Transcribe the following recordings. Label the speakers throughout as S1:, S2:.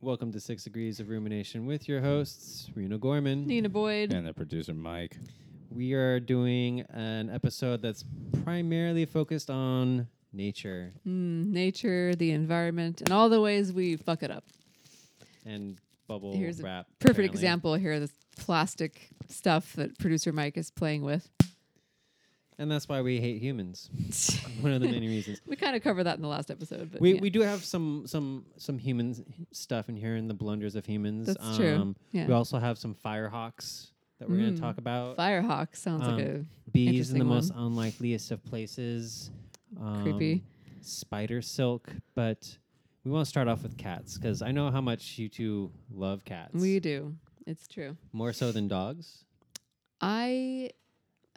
S1: Welcome to Six Degrees of Rumination with your hosts, Rena Gorman.
S2: Nina Boyd.
S3: And the producer, Mike.
S1: We are doing an episode that's primarily focused on nature
S2: Mm, nature, the environment, and all the ways we fuck it up.
S1: and bubble
S2: Hmm. Here's a
S1: wrap.
S2: Perfect
S1: apparently.
S2: example here this plastic stuff that producer Mike is playing with.
S1: And that's why we hate humans. One of the many reasons.
S2: we kind of covered that in the last episode, but
S1: We,
S2: yeah,
S1: we do have some some some human stuff in here and the blunders of humans. Um,
S2: that's true.
S1: We
S2: Yeah.
S1: also have some firehawks that we're going
S2: Mm.
S1: to talk about.
S2: Firehawk sounds like a
S1: Um, Bees in
S2: Interesting
S1: the most unlikeliest of places. Um,
S2: Creepy.
S1: Spider silk, but we want to start off with cats because I know how much you two love cats.
S2: we do. It's true.
S1: more so than dogs.
S2: I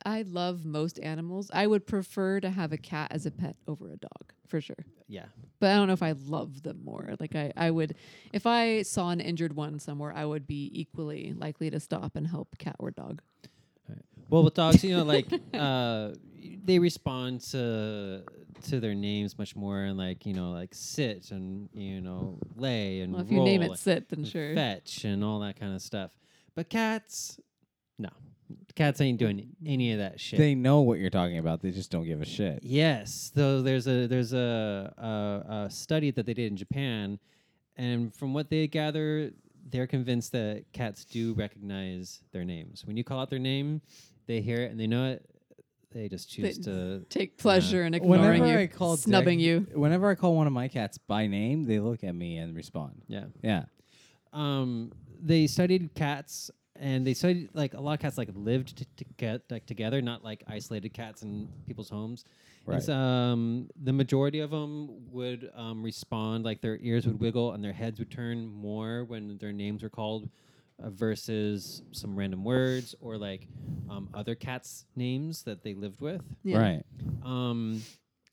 S2: I love most animals. I would prefer to have a cat as a pet over a dog, for sure.
S1: Yeah,
S2: but I don't know if I love them more. Like I, I would, if I saw an injured one somewhere, I would be equally likely to stop and help cat or dog.
S1: Well, with dogs, you know, like uh, they respond to to their names much more, and like you know, like sit and you know lay and
S2: Well, if
S1: roll
S2: you name it
S1: and
S2: sit, then sure.
S1: fetch and all that kind of stuff. But cats, no, cats ain't doing any of that shit.
S3: They know what you're talking about. They just don't give a shit.
S1: yes, though there's a there's a, a, a study that they did in Japan, and from what they gather, they're convinced that cats do recognize their names. When you call out their name, they hear it and they know it. They just choose
S2: They-
S1: to
S2: Take pleasure in ignoring you, snubbing you.
S3: Whenever I call one of my cats by name, they look at me and respond.
S1: yeah.
S3: Yeah.
S1: um, they studied cats and they studied like a lot of cats like lived t- toge- like, together not like isolated cats in people's homes And
S3: Right.
S1: so, um, the majority of them would um, respond like their ears would wiggle and their heads would turn more when their names were called uh, versus some random words or like um, other cats names that they lived with
S2: Yeah.
S3: Right.
S1: um,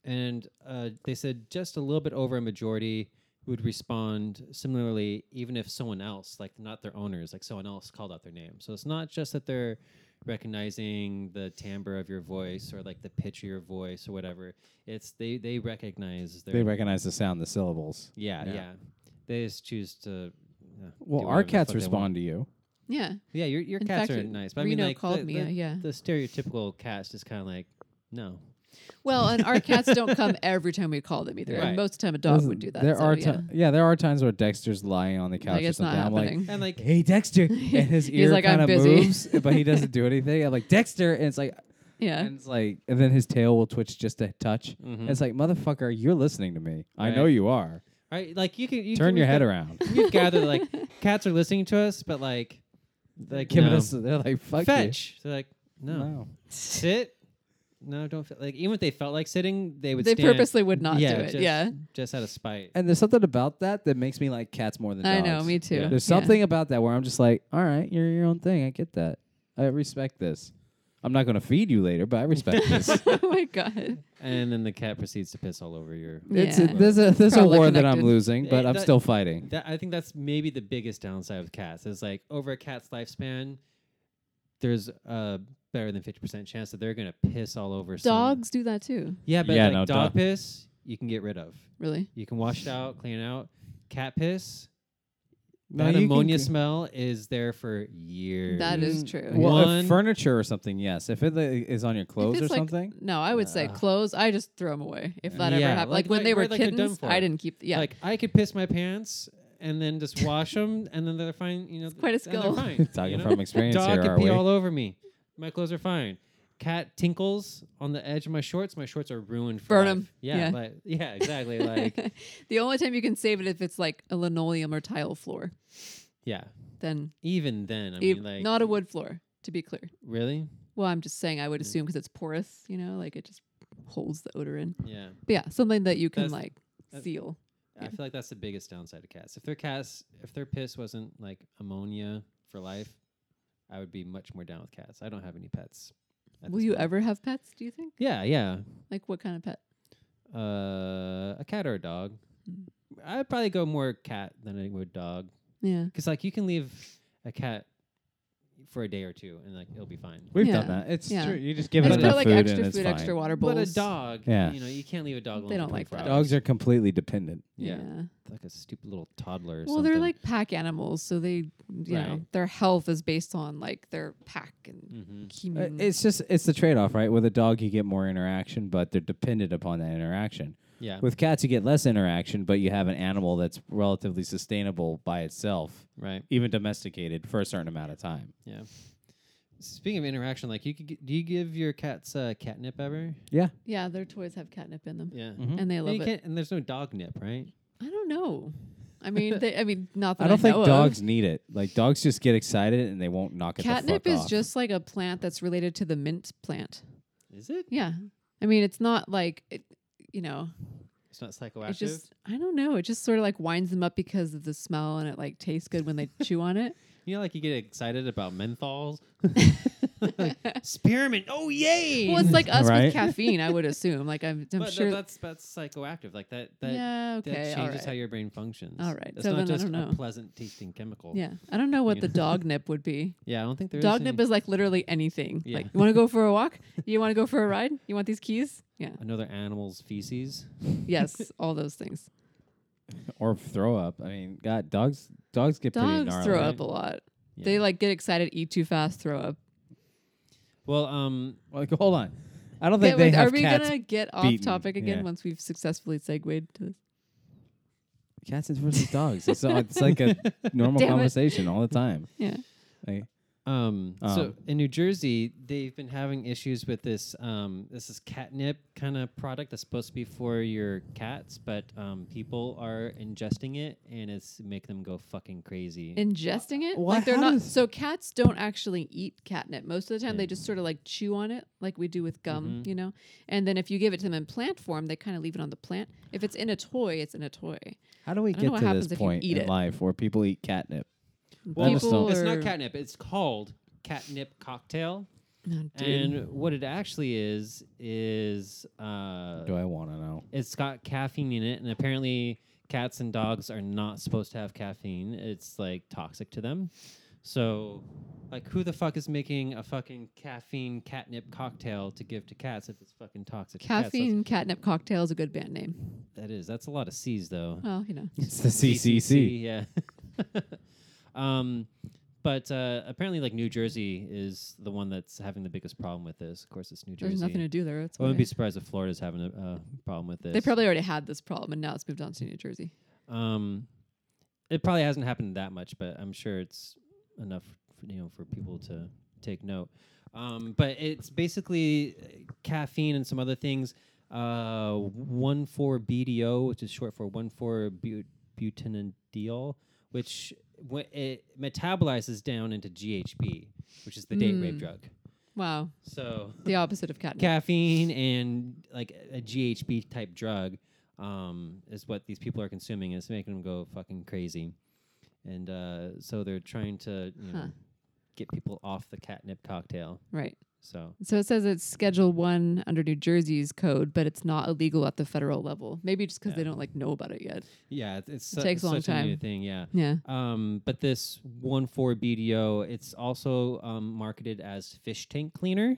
S1: and uh, they said just a little bit over a majority would respond similarly, even if someone else, like not their owners, like someone else called out their name. So it's not just that they're recognizing the timbre of your voice or like the pitch of your voice or whatever. It's they they recognize their
S3: They recognize the sound, the syllables.
S1: yeah, yeah
S3: yeah.
S1: They just choose to. uh,
S3: Well,
S1: do
S3: our
S1: whatever the
S3: cats
S1: fuck they want.
S3: respond to
S2: Oh,
S3: you.
S2: Yeah.
S1: Yeah, your your
S2: In
S1: cats
S2: fact,
S1: are
S2: it-
S1: nice, but I mean
S2: Reno
S1: like
S2: called
S1: the,
S2: Mia,
S1: the-
S2: yeah.
S1: the stereotypical cat's just kind of like no.
S2: Well, and our cats don't come every time we call them either.
S1: Right.
S2: And most of the time, a dog
S3: Listen,
S2: would do that.
S3: There
S2: so,
S3: are
S2: yeah.
S3: ti- yeah, there are times where Dexter's lying on the couch
S2: like
S3: or
S2: it's not
S3: something. I'm like,
S2: happening.
S1: And like
S3: hey Dexter, and his
S2: He's
S3: ear
S2: like, "I'm
S3: kind of
S2: busy."
S3: moves, but he doesn't do anything. I'm like Dexter, and it's like,
S2: yeah.
S3: and it's like, and then his tail will twitch just a touch.
S1: mhm.
S3: It's like, motherfucker, you're listening to me. I
S1: Right.
S3: know you are.
S1: Right? Like you can you
S3: Turn
S1: can-
S3: your
S1: we've
S3: head
S1: got-
S3: around.
S1: We've gathered like cats are listening to us, but like like
S3: Giving
S1: no.
S3: us, they're like, fuck you."
S1: fetch. They're like no.
S3: No.
S1: sit. No, don't feel like even if they felt like sitting, they would.
S2: They
S1: stand.
S2: purposely would not
S1: yeah,
S2: do it.
S1: Just,
S2: yeah.
S1: just out of spite.
S3: And there's something about that that makes me like cats more than
S2: I
S3: dogs.
S2: know. Me too.
S1: Yeah.
S3: There's
S2: Yeah.
S3: something about that where I'm just like, all right, you're your own thing. I get that. I respect this. I'm not going to feed you later, but I respect this.
S2: oh my God.
S1: And then the cat proceeds to piss all over your.
S3: It's
S2: Yeah.
S3: a, there's a there's a
S2: Probably
S3: war that I'm
S2: connected.
S3: losing, but
S1: Eh,
S3: I'm
S1: that-
S3: still fighting.
S1: That I think that's maybe the biggest downside with cats is like over a cat's lifespan, there's a better than fifty percent chance that they're gonna piss all over some-
S2: Dogs do that too.
S1: Yeah, but
S3: Yeah,
S1: like
S3: no,
S1: dog
S3: dog-
S1: piss you can get rid of.
S2: Really?
S1: You can wash it out, clean it out. Cat piss,
S3: No,
S1: that
S3: you can
S1: ammonia
S3: c-
S1: smell is there for years.
S2: That is
S3: Mm,
S2: true.
S3: Well,
S1: One-
S3: if furniture or something, yes. If it li- is on your clothes
S2: it's
S3: or
S2: like-
S3: something,
S2: No, I would say
S1: Ugh.
S2: clothes. I just throw them away if that ever
S1: Yeah,
S2: happened.
S1: like-
S2: Like, when
S1: like-
S2: they were
S1: right, like they're done
S2: kittens,
S1: for.
S2: I didn't keep. Yeah,
S1: Like I could piss my pants and then just wash them, and then they're fine. You know,
S2: quite a
S1: and they're
S2: skill.
S1: fine,
S3: talking
S1: you know?
S3: from experience
S1: Dog
S3: here,
S1: could
S3: are
S1: pee
S3: we?
S1: all over me. My clothes are fine. Cat tinkles on the edge of my shorts. My shorts are ruined. For
S2: Burn
S1: life.
S2: 'em.
S1: Yeah,
S2: Yeah.
S1: like- yeah, exactly. Like
S2: the only time you can save it if it's like a linoleum or tile floor.
S1: yeah.
S2: Then
S1: Even then, I
S2: e-
S1: mean, like
S2: not a wood floor, to be clear.
S1: really.
S2: Well, I'm just saying I
S1: Mm.
S2: would assume because it's porous. You know, like it just holds the odor in.
S1: Yeah,
S2: But yeah, something that you can
S1: That's-
S2: like
S1: that's-
S2: seal.
S1: I
S2: Yeah.
S1: feel like that's the biggest downside of cats. If their cats, if their piss wasn't like ammonia for life, I would be much more down with cats. I don't have any pets. at
S2: Will
S1: this
S2: you
S1: moment.
S2: ever have pets? Do you think?
S1: Yeah, yeah.
S2: Like what kind of pet?
S1: Uh, a cat or a dog.
S2: Mm.
S1: I'd probably go more cat than I would dog.
S2: Yeah.
S1: Because, like, you can leave a cat, for a day or two, and like it'll be fine.
S3: We've
S2: Yeah.
S3: done that. It's
S2: Yeah.
S3: true. You just give
S2: I
S3: it
S2: just put
S3: enough
S2: like
S3: food
S2: extra
S3: and
S2: food,
S3: it's fine.
S2: extra water bowls.
S1: But a dog,
S3: Yeah.
S1: you know, you can't leave a dog alone.
S2: They
S1: for
S2: don't like
S1: 24
S2: dogs.
S1: hours.
S3: Dogs are completely dependent.
S1: Yeah.
S2: yeah.
S1: like a stupid little toddler. Or
S2: Well, they're
S1: something.
S2: like pack animals, so they, you know,
S1: Right.
S2: their health is based on like their pack and
S1: Mhm.
S3: Uh,
S2: human.
S3: It's just it's the trade off, right? With a dog, you get more interaction, but they're dependent upon that interaction.
S1: yeah,
S3: With cats, you get less interaction, but you have an animal that's relatively sustainable by itself,
S1: right,
S3: even domesticated for a certain amount of time.
S1: yeah. Speaking of interaction, like you could, g- do you give your cats uh, catnip ever?
S2: yeah, their toys have catnip in them,
S1: Yeah,
S3: Mhm.
S2: and they
S1: And,
S2: Mm. love
S1: you
S2: it.
S1: can't, and there's no dog nip, right?
S2: I don't know. I mean, they, I mean, not that
S3: I don't think
S2: know of.
S3: dogs need it. Like dogs just get excited and they won't knock it.
S2: Catnip
S3: the fuck
S2: is
S3: off.
S2: just like a plant that's related to the mint plant.
S1: Is it?
S2: Yeah, I mean, it's not like it, you know,
S1: It's not psychoactive.
S2: it's just I don't know. It just sort of like winds them up because of the smell, and it like tastes good when they chew on it.
S1: you know, like you get excited about menthols, spearmint. Oh yay!
S2: Well, it's like us
S3: Mm, Right?
S2: with caffeine, I would assume. Like I'm, I'm
S1: but th-
S2: sure.
S1: that's that's psychoactive. Like that that
S2: yeah.
S1: that
S2: Okay. all
S1: changes
S2: right.
S1: how your brain functions.
S2: All right,
S1: It's
S2: so
S1: not
S2: then I
S1: just
S2: don't know.
S1: a pleasant tasting chemical.
S2: Yeah, I don't know what
S1: You
S2: the
S1: know?
S2: dog nip would be.
S1: yeah. I don't think there is
S2: dog
S1: any-
S2: nip is like literally anything.
S1: Yeah.
S2: Like, you want to go for a walk? You want to go for a ride? You want these keys? Yeah.
S1: another animal's feces.
S2: Yes, all those things.
S3: or throw up. I mean, God, dogs dogs get pretty
S2: Dogs
S3: gnarly.
S2: throw up a lot.
S1: Yeah.
S2: They like get excited, eat too fast, throw up.
S1: Well, um,
S3: Like, hold on, I don't think
S2: Wait,
S3: they
S2: are
S3: have
S2: we
S3: cats.
S2: gonna get off
S3: beaten,
S2: topic again
S3: yeah.
S2: once we've successfully segued to this?
S3: Cats versus dogs. It's, uh, it's like a normal
S2: Damn it.
S3: conversation all the time.
S2: Yeah.
S3: Like,
S1: um, so
S3: Um.
S1: in New Jersey, they've been having issues with this. Um, this is catnip kind of product that's supposed to be for your cats, but um, people are ingesting it and it's making them go fucking crazy.
S2: Ingesting it?
S3: Why-
S2: Like they're
S3: how
S2: not
S3: does-
S2: so cats don't actually eat catnip. Most of the time
S1: Yeah.
S2: they just sort of like chew on it like we do with gum,
S1: Mhm.
S2: you know? And then if you give it to them in plant form, they kind of leave it on the plant. If it's in a toy, it's in a toy.
S3: how do we
S2: don't know
S3: get
S2: what
S3: to
S2: happens
S3: this
S2: if you
S3: point
S2: eat
S3: in
S2: it.
S3: life where people eat catnip?
S1: Well,
S3: just
S2: People
S3: don't-
S1: it's
S2: are-
S1: not catnip. It's called catnip cocktail.
S2: No, dude.
S1: And what it actually is is uh,
S3: Do I want to know?
S1: it's got caffeine in it, and apparently cats and dogs are not supposed to have caffeine. It's like toxic to them. So, like, who the fuck is making a fucking caffeine catnip cocktail to give to cats if it's fucking toxic?
S2: Caffeine catnip cocktail is a good band name.
S1: To cats? That's, that is. That's a lot of C's though.
S2: Well, you know.
S3: It's the CCC.
S1: CCC, Yeah. um, but uh, apparently, like New Jersey is the one that's having the biggest problem with this. Of course, it's New Jersey.
S2: There's nothing to do there. It's
S1: I wouldn't
S2: okay.
S1: be surprised if Florida's having a uh, problem with this.
S2: They probably already had this problem and now it's moved on to New Jersey.
S1: Um, it probably hasn't happened that much, but I'm sure it's enough, for, you know, for people to take note. Um, but it's basically uh, caffeine and some other things. Uh, one four BDO, which is short for one four but- butanediol, which when it metabolizes down into GHB, which is the date rape
S2: Mm.
S1: drug.
S2: Wow.
S1: So
S2: The opposite of catnip.
S1: caffeine and like a GHB type drug um, is what these people are consuming. It's making them go fucking crazy, and uh, so they're trying to you
S2: Huh.
S1: know, get people off the catnip cocktail.
S2: right.
S1: So
S2: So it says it's Schedule One under New Jersey's code, but it's not illegal at the federal level. Maybe just because they
S1: Yeah.
S2: don't like know about it yet.
S1: yeah, it's, it's
S2: It takes a long
S1: such a new
S2: time.
S1: thing. Yeah.
S2: Yeah.
S1: Um, but this one four BDO, it's also um, marketed as fish tank cleaner,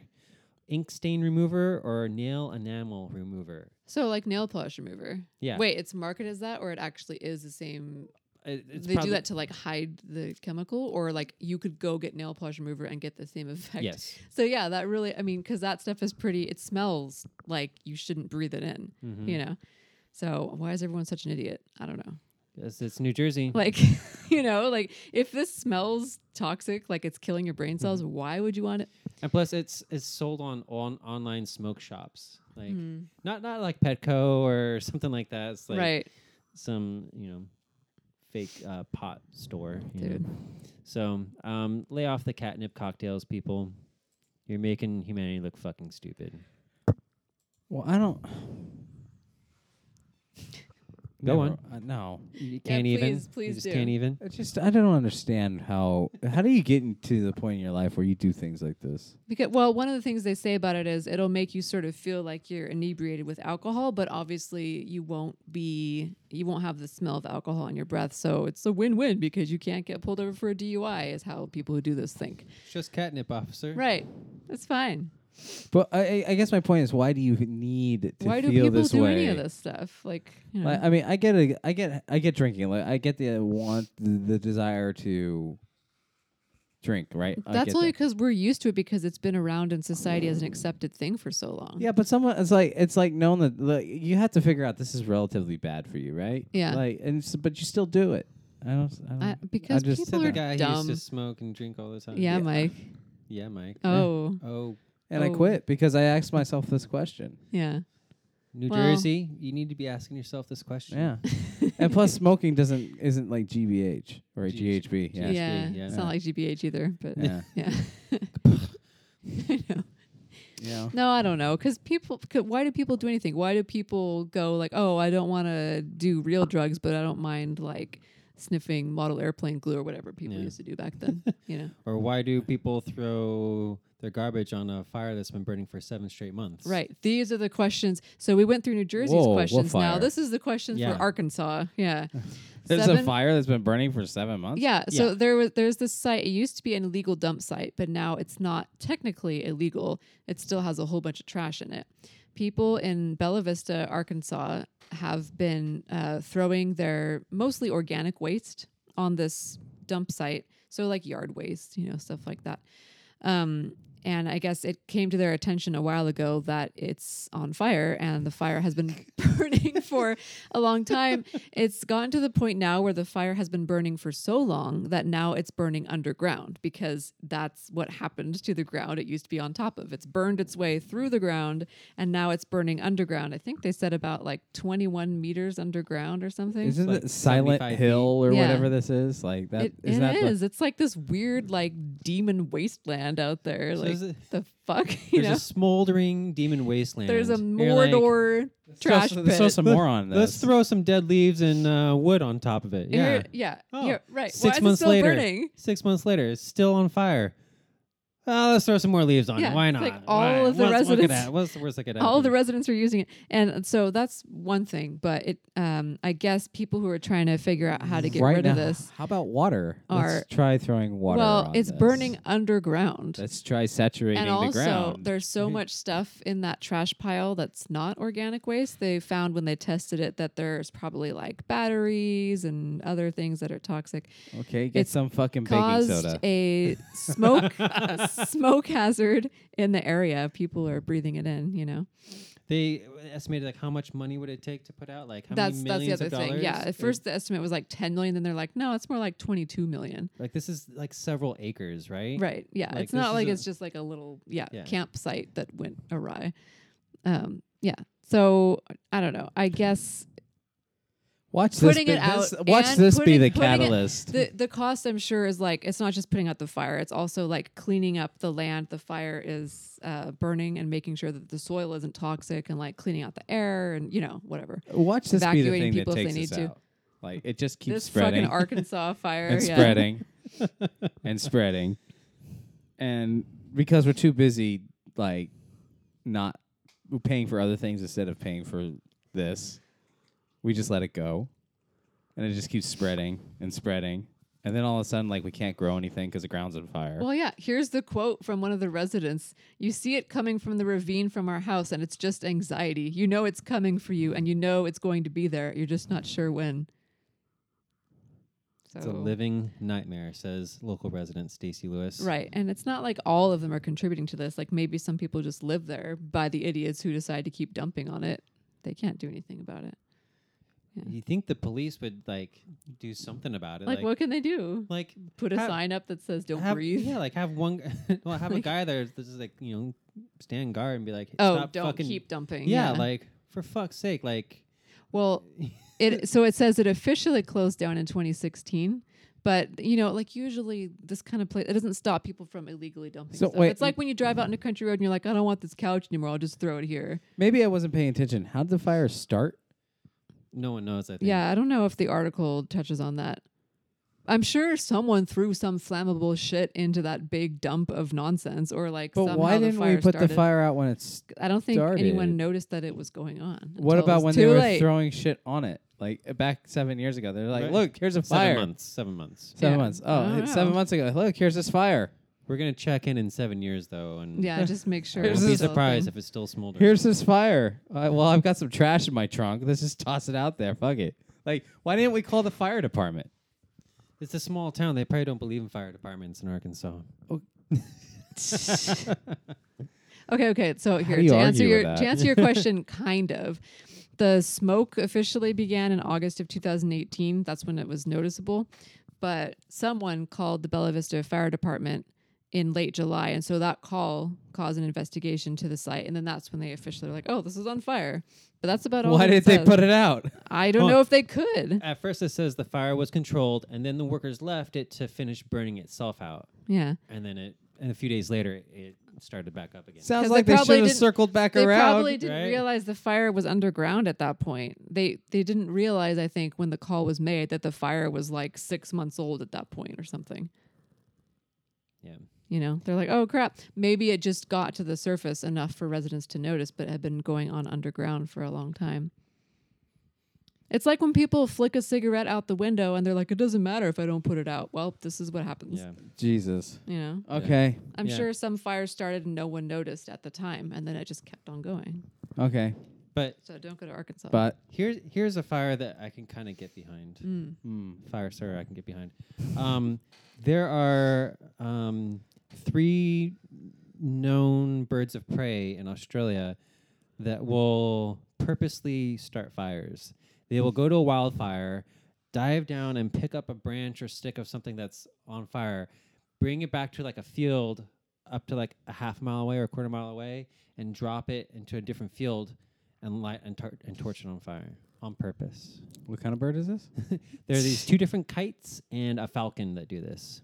S1: ink stain remover, or nail enamel remover.
S2: So like nail polish remover.
S1: Yeah.
S2: Wait, it's marketed as that, or it actually is the same?
S1: It- it's
S2: they do
S1: probably-
S2: that to like hide the chemical, or like you could go get nail polish remover and get the same effect.
S1: Yes.
S2: So yeah, that really, I mean, because that stuff is pretty. It smells like you shouldn't breathe it in.
S1: Mhm.
S2: You know. So why is everyone such an idiot? I don't know.
S1: Yes, it's New Jersey.
S2: Like, you know, like if this smells toxic, like it's killing your brain cells,
S1: Mm-hmm.
S2: why would you want it?
S1: And plus, it's it's sold on on online smoke shops, like not not like Petco or something like that. It's like
S2: Hmm. right.
S1: some you know fake uh, pot store. you know.
S2: Dude.
S1: So um, lay off the catnip cocktails, people. You're making humanity look fucking stupid.
S3: Well, I don't.
S1: Go
S3: Never- Uh, no,
S1: You can't even.
S2: please- please
S1: you just
S2: do.
S1: can't even.
S3: I just I don't understand how how do you get into the point in your life where you do things like this?
S2: Because well, one of the things they say about it is it'll make you sort of feel like you're inebriated with alcohol, but obviously you won't be you won't have the smell of alcohol in your breath. So it's a win-win because you can't get pulled over for a DUI is how people who do this think.
S1: It's just catnip, officer.
S2: Right. That's fine.
S3: But I, I- I guess my point is, why do you need to
S2: Why do
S3: feel
S2: people
S3: this
S2: do
S3: way?
S2: any of this stuff? Like, you know.
S3: Like, I mean, I get a, I get, I get drinking. Like, I get the want, the, the desire to drink. Right? I
S2: that's
S3: get
S2: only
S3: that.
S2: because we're used to it because it's been around in society as an accepted thing for so long.
S3: Yeah, but someone it's like it's like knowing that like, you have to figure out this is relatively bad for you, right?
S2: Yeah.
S3: Like, and s but you still do it. I don't. s- I don't
S2: I, because
S3: just- uh,
S1: Said
S2: people
S1: the
S2: are
S1: guy who used
S2: dumb.
S1: to smoke and drink all the time.
S2: yeah,
S3: yeah.
S2: Mike.
S1: Yeah, Mike.
S2: Oh,
S1: Oh,
S3: and I
S2: Oh.
S3: quit because I asked myself this question.
S2: yeah.
S1: New
S2: Well-
S1: Jersey, you need to be asking yourself this question.
S3: Yeah. and plus, smoking doesn't isn't like GBH or
S1: G-
S3: GHB.
S2: Yeah,
S3: Yeah. Yeah.
S1: yeah.
S2: It's not like GBH either, but
S3: Yeah.
S2: yeah. I know. No, I don't know. Because people, c- why do people do anything? Why do people go like, oh, I don't want to do real drugs, but I don't mind like sniffing model airplane glue or whatever people
S1: Yeah.
S2: used to do back then. you know,
S1: Or why do people throw their garbage on a fire that's been burning for seven straight months?
S2: right? These are the questions. So we went through New Jersey's
S3: Whoa, what
S2: questions. Now
S3: fire?
S2: this is the questions
S1: Yeah.
S2: for Arkansas. Yeah,
S3: There's a
S2: Seven-
S3: fire that's been burning for seven months.
S2: Yeah, so
S1: Yeah.
S2: there was there's this site. It used to be an illegal dump site, but now it's not technically illegal. It still has a whole bunch of trash in it. People in Bella Vista, Arkansas, have been uh, throwing their mostly organic waste on this dump site. So like yard waste, you know, stuff like that. Um, and I guess it came to their attention a while ago that it's on fire and the fire has been burning for a long time. It's gotten to the point now where the fire has been burning for so long that now it's burning underground because that's what happened to the ground it used to be on top of. It's burned its way through the ground and now it's burning underground. I think they said about like 21 meters underground or something.
S3: Isn't
S1: like
S3: it Silent
S1: 75
S3: Hill or
S2: Yeah.
S3: whatever this is? Like that
S2: It,
S3: isn't
S2: it
S3: that the-
S2: is. It's like this weird, like demon wasteland out there.
S1: So
S2: like
S1: is it-
S2: the fuck, you
S1: There's
S2: know?
S1: a smoldering demon wasteland.
S2: There's a
S1: You're like,
S2: Mordor trash
S3: so,
S2: pit.
S3: so some
S1: Let-
S3: more on this.
S1: Let's throw some dead leaves and uh, wood on top of it.
S2: And
S1: Yeah.
S2: you're- yeah,
S1: Oh,
S2: you're right. Why
S1: Six
S2: is it
S1: months
S2: still
S1: later.
S2: burning?
S1: Six months later, it's still on fire. Uh, let's throw some more leaves on
S2: Yeah,
S1: it. Why
S2: it's
S1: not?
S2: like all
S1: Why?
S2: of the
S1: What's- Look at
S2: residents-
S1: that. What's the worst that could
S2: All the
S1: happen?
S2: residents are using it, and so that's one thing. But it, um, I guess, people who are trying to figure out how to get
S3: right
S2: rid
S3: now,
S2: of this.
S3: How about water?
S2: are-
S3: let's try throwing water.
S2: well,
S3: on
S2: it's
S3: this.
S2: burning underground.
S3: Let's try saturating
S2: and
S3: the
S2: also,
S3: ground.
S2: there's so much stuff in that trash pile that's not organic waste. They found when they tested it that there's probably like batteries and other things that are toxic.
S3: okay, get
S2: it's
S3: some fucking baking
S2: caused
S3: soda.
S2: a smoke smoke hazard in the area. People are breathing it in, you know.
S1: They estimated like how much money would it take to put out? Like how
S2: that's
S1: many
S2: that's the
S1: millions
S2: other
S1: of
S2: thing.
S1: dollars?
S2: Yeah,
S1: It-
S2: at first the estimate was like 10 million then they're like, "No, it's more like 22 million."
S1: like this is like several acres, right?
S2: Right. Yeah.
S1: Like,
S2: it's
S1: this
S2: not
S1: is
S2: like
S1: a-
S2: it's just like a little yeah,
S1: Yeah.
S2: campsite that went awry. Um yeah. So I don't know. I guess
S3: Watch this.
S2: putting
S3: be-
S2: it
S3: this-
S2: out
S3: watch
S2: and
S3: this be
S2: putting-
S3: the
S2: putting it-
S3: catalyst.
S2: the the cost I'm sure is like it's not just putting out the fire, it's also like cleaning up the land the fire is uh, burning and making sure that the soil isn't toxic and like cleaning out the air and you know whatever.
S3: watch this be the
S2: evacuating
S3: thing that
S2: people if they
S3: takes
S2: need
S3: us
S2: to.
S3: out. Like it just keeps
S2: this
S3: spreading.
S2: fucking Arkansas fire
S3: and
S2: yeah.
S3: spreading and spreading and because we're too busy like not paying for other things instead of paying for this we just let it go and it just keeps spreading and spreading and then all of a sudden like we can't grow anything because the ground's on fire
S2: Well, yeah. Here's the quote from one of the residents. You see it coming from the ravine from our house, and it's just anxiety. You know it's coming for you, and you know it's going to be there. You're just not sure when. So,
S1: It's a living nightmare, says local resident Stacy Lewis.
S2: right, and it's not like all of them are contributing to this. Like maybe some people just live there by the idiots who decide to keep dumping on it. They can't do anything about it.
S1: You think the police would like do something about it?
S2: Like, what can they do?
S1: like
S2: Put a
S1: have-
S2: sign up that says "Don't
S1: have,
S2: breathe."
S1: Yeah, like have one. g- well, have a guy there that's just like you know stand guard and be like,
S2: Oh,
S1: Stop
S2: don't
S1: fucking,
S2: keep dumping.
S1: Yeah, like for fuck's sake, like
S2: Well, it so it says it officially closed down in 2016, but you know, like usually this kind of place it doesn't stop people from illegally dumping
S3: So,
S2: stuff.
S3: wait.
S2: it's like when you drive out on a country road and you're like, I don't want this couch anymore. I'll just throw it here.
S3: maybe i wasn't paying attention how did the fire start
S1: No one knows. I think.
S2: Yeah, I don't know if the article touches on that. I'm sure someone threw some flammable shit into that big dump of nonsense, or like.
S3: But
S2: somehow
S3: why
S2: the
S3: didn't
S2: fire
S3: we put
S2: started.
S3: the fire out when it's?
S2: I don't think anyone
S3: started?
S2: noticed that it was going on.
S3: What
S2: until it
S3: about
S2: was
S3: when
S2: too
S3: they were
S2: late.
S3: throwing shit on it? Like uh, back seven years ago, they're like,
S1: Right.
S3: "Look, here's a
S1: Seven
S3: fire."
S1: months. Seven months.
S3: Seven
S2: Yeah.
S3: months.
S2: I
S3: Oh,
S2: don't
S3: it's seven
S2: know.
S3: months ago. Look, here's this fire.
S1: We're gonna check in in seven years though, and
S2: Yeah, just make sure.
S1: I won't
S3: Here's
S1: be
S3: this-
S1: surprised if it's still smoldering.
S3: Here's this fire. Uh, well, I've got some trash in my trunk. Let's just toss it out there. Fuck it. Like, why didn't we call the fire department?
S1: it's a small town. They probably don't believe in fire departments in Arkansas.
S2: if. okay, okay. So here
S3: do you
S2: to answer
S3: argue with
S2: your
S3: that?
S2: to answer your question, kind of. The smoke officially began in August of 2018. That's when it was noticeable, but someone called the Bella Vista Fire Department in late July, and so that call caused an investigation to the site, and then that's when they officially were like, "Oh, this is on fire." But that's about all.
S3: Why
S2: that
S3: did
S2: it
S3: they
S2: says.
S3: put it out?
S2: I don't
S1: Huh.
S2: know if they could.
S1: At first, it says the fire was controlled, and then the workers left it to finish burning itself out,
S2: Yeah.
S1: and then it. And a few days later, it started back up again.
S3: Sounds
S2: 'Cause
S3: like
S2: they
S3: they,
S2: probably
S3: should have
S2: didn't-
S3: circled back
S2: they
S3: around.
S2: probably didn't
S1: right?
S2: realize the fire was underground at that point. They they didn't realize, I think, when the call was made that the fire was like six months old at that point or something.
S1: yeah.
S2: You know, they're like, oh crap, maybe it just got to the surface enough for residents to notice, but it had been going on underground for a long time. It's like when people flick a cigarette out the window and they're like, it doesn't matter if I don't put it out. Well, this is what happens.
S1: Yeah.
S3: Jesus.
S2: You know,
S3: Okay.
S2: I'm
S1: Yeah.
S2: sure some fire started and no one noticed at the time, and then it just kept on going.
S3: Okay.
S1: But
S2: So don't go to Arkansas.
S3: But
S1: here's here's a fire that I can kind of get behind.
S2: Mm.
S1: Fire starter I can get behind. Um, there are um, three known birds of prey in Australia that will purposely start fires. They will go to a wildfire, dive down and pick up a branch or stick of something that's on fire, bring it back to like a field up to like a half mile away or a quarter mile away, and drop it into a different field and light and, tar- and torch it on fire on purpose.
S3: what kind of bird is this?
S1: There are these two different kites and a falcon that do this.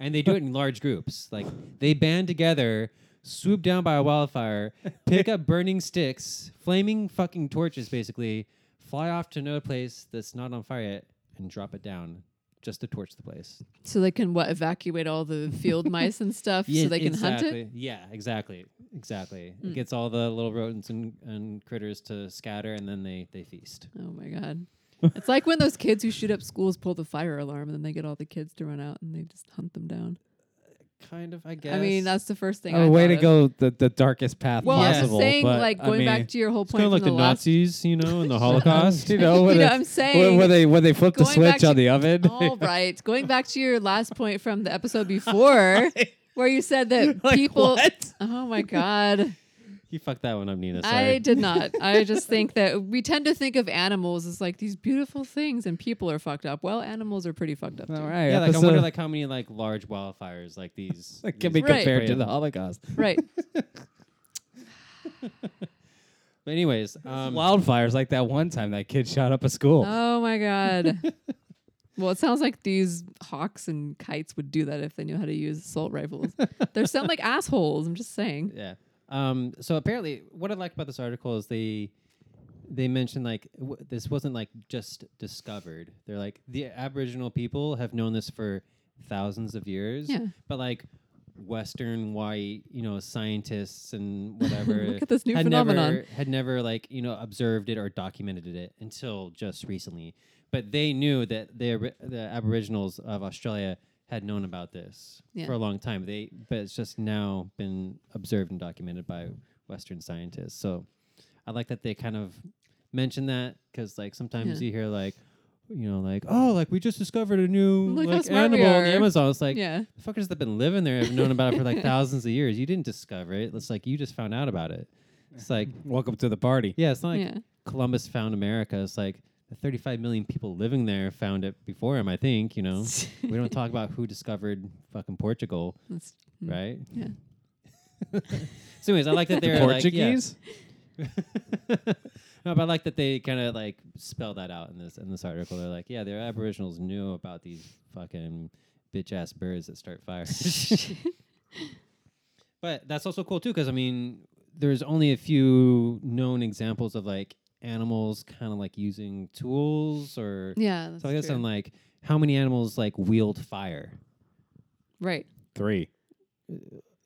S1: And they do it in large groups. Like they band together, swoop down by a wildfire, pick up burning sticks, flaming fucking torches basically, fly off to another place that's not on fire yet, and drop it down just to torch the place.
S2: So they can what evacuate all the field mice and stuff so they can hunt it. Hmm.
S1: Yeah, exactly. Exactly. It gets all the little rodents and, and critters to scatter and then they, they feast.
S2: Oh my god. it's like when those kids who shoot up schools pull the fire alarm and then they get all the kids to run out and they just hunt them down.
S1: Kind of, I guess.
S2: I mean, that's the first thing.
S3: Oh,
S2: I
S3: way
S2: thought
S3: to
S2: of.
S3: go the, the darkest path
S2: Well,
S3: possible.
S2: I'm saying
S3: but,
S2: like
S3: I
S2: going
S3: mean,
S2: back to your whole
S1: it's kind
S2: point
S1: of
S2: from
S1: like
S2: the,
S1: the
S2: last.
S1: Nazis, you know, in the Holocaust.
S3: you know, when
S2: You know
S3: they,
S2: what I'm
S3: when,
S2: saying?
S3: when they when they flip the
S2: Going back
S3: switch on
S2: to-
S3: the oven.
S2: all right, going back to your last point from the episode before, where you said that
S3: Like,
S2: people.
S3: what?
S2: Oh my god.
S1: You fucked that one up, Nina. Sorry.
S2: I did not. I just think that we tend to think of animals as like these beautiful things, and people are fucked up. Well, animals are pretty fucked up. Too.
S3: All right.
S1: yeah, like I
S3: episode-
S1: wonder like how many like large wildfires like these
S3: That can be
S1: these-
S2: Right.
S3: compared to the Holocaust.
S2: Right.
S1: But anyways, um,
S3: Wildfires like that one time that kid shot up a school.
S2: Oh my god. well, it sounds like these hawks and kites would do that if they knew how to use assault rifles. they sound like assholes. I'm just saying.
S1: yeah. Um, so apparently, what I liked about this article is they they mentioned like w- this wasn't like just discovered. They're like the Aboriginal people have known this for thousands of years.
S2: Yeah.
S1: But like Western white, you know, scientists and whatever
S2: Look at this new
S1: had
S2: phenomenon.
S1: never had never like you know observed it or documented it until just recently. But they knew that the Abri- the Aboriginals of Australia had known about this
S2: Yeah.
S1: for a long time. They but it's just now been observed and documented by Western scientists. So I like that they kind of mention that because like sometimes
S2: Yeah.
S1: you hear like you know like oh like we just discovered a new
S2: Look how
S1: like
S2: smart we
S1: animal in the
S2: are.
S1: Amazon. It's like
S2: yeah.
S1: the fuckers that have been living there have known about it for like thousands of years. You didn't discover it. It's like you just found out about it. It's like,
S3: Welcome to the party.
S1: yeah, it's not like
S2: yeah.
S1: Columbus found America. It's like the 35 million people living there found it before him, I think, you know. we don't talk about who discovered fucking Portugal,
S2: That's Mm.
S1: right?
S2: Yeah.
S1: so anyways, I like that
S3: The
S1: they're like, yeah.
S3: Portuguese?
S1: no, but I like that they kind of like spell that out in this in this article. They're like, yeah, their Aboriginals knew about these fucking bitch ass birds that start fires. but that's also cool too, because I mean, there's only a few known examples of like animals kind of like using tools or
S2: Yeah. That's
S1: so I guess
S2: true.
S1: I'm like how many animals like wield fire?
S2: right.
S3: Three.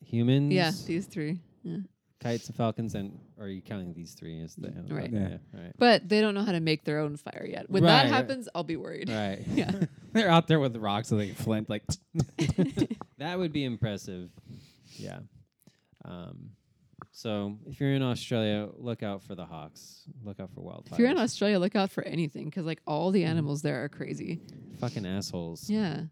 S1: Humans,
S2: Yeah. These three. Yeah.
S1: kites and falcons, and are you counting these three as the animals?
S2: Mm, Right.
S3: Yeah.
S1: yeah, right,
S2: But they don't know how to make their own fire yet. When
S1: Right,
S2: that
S1: right.
S2: happens, I'll be worried.
S1: right.
S2: Yeah.
S3: They're out there with rocks so they can flint like
S1: That would be impressive. Yeah. Um, so if you're in Australia, look out for the hawks. Look out for wildfires.
S2: If you're in Australia, look out for anything because like all
S1: Mm-hmm.
S2: the animals there are crazy.
S1: fucking assholes.
S2: Yeah.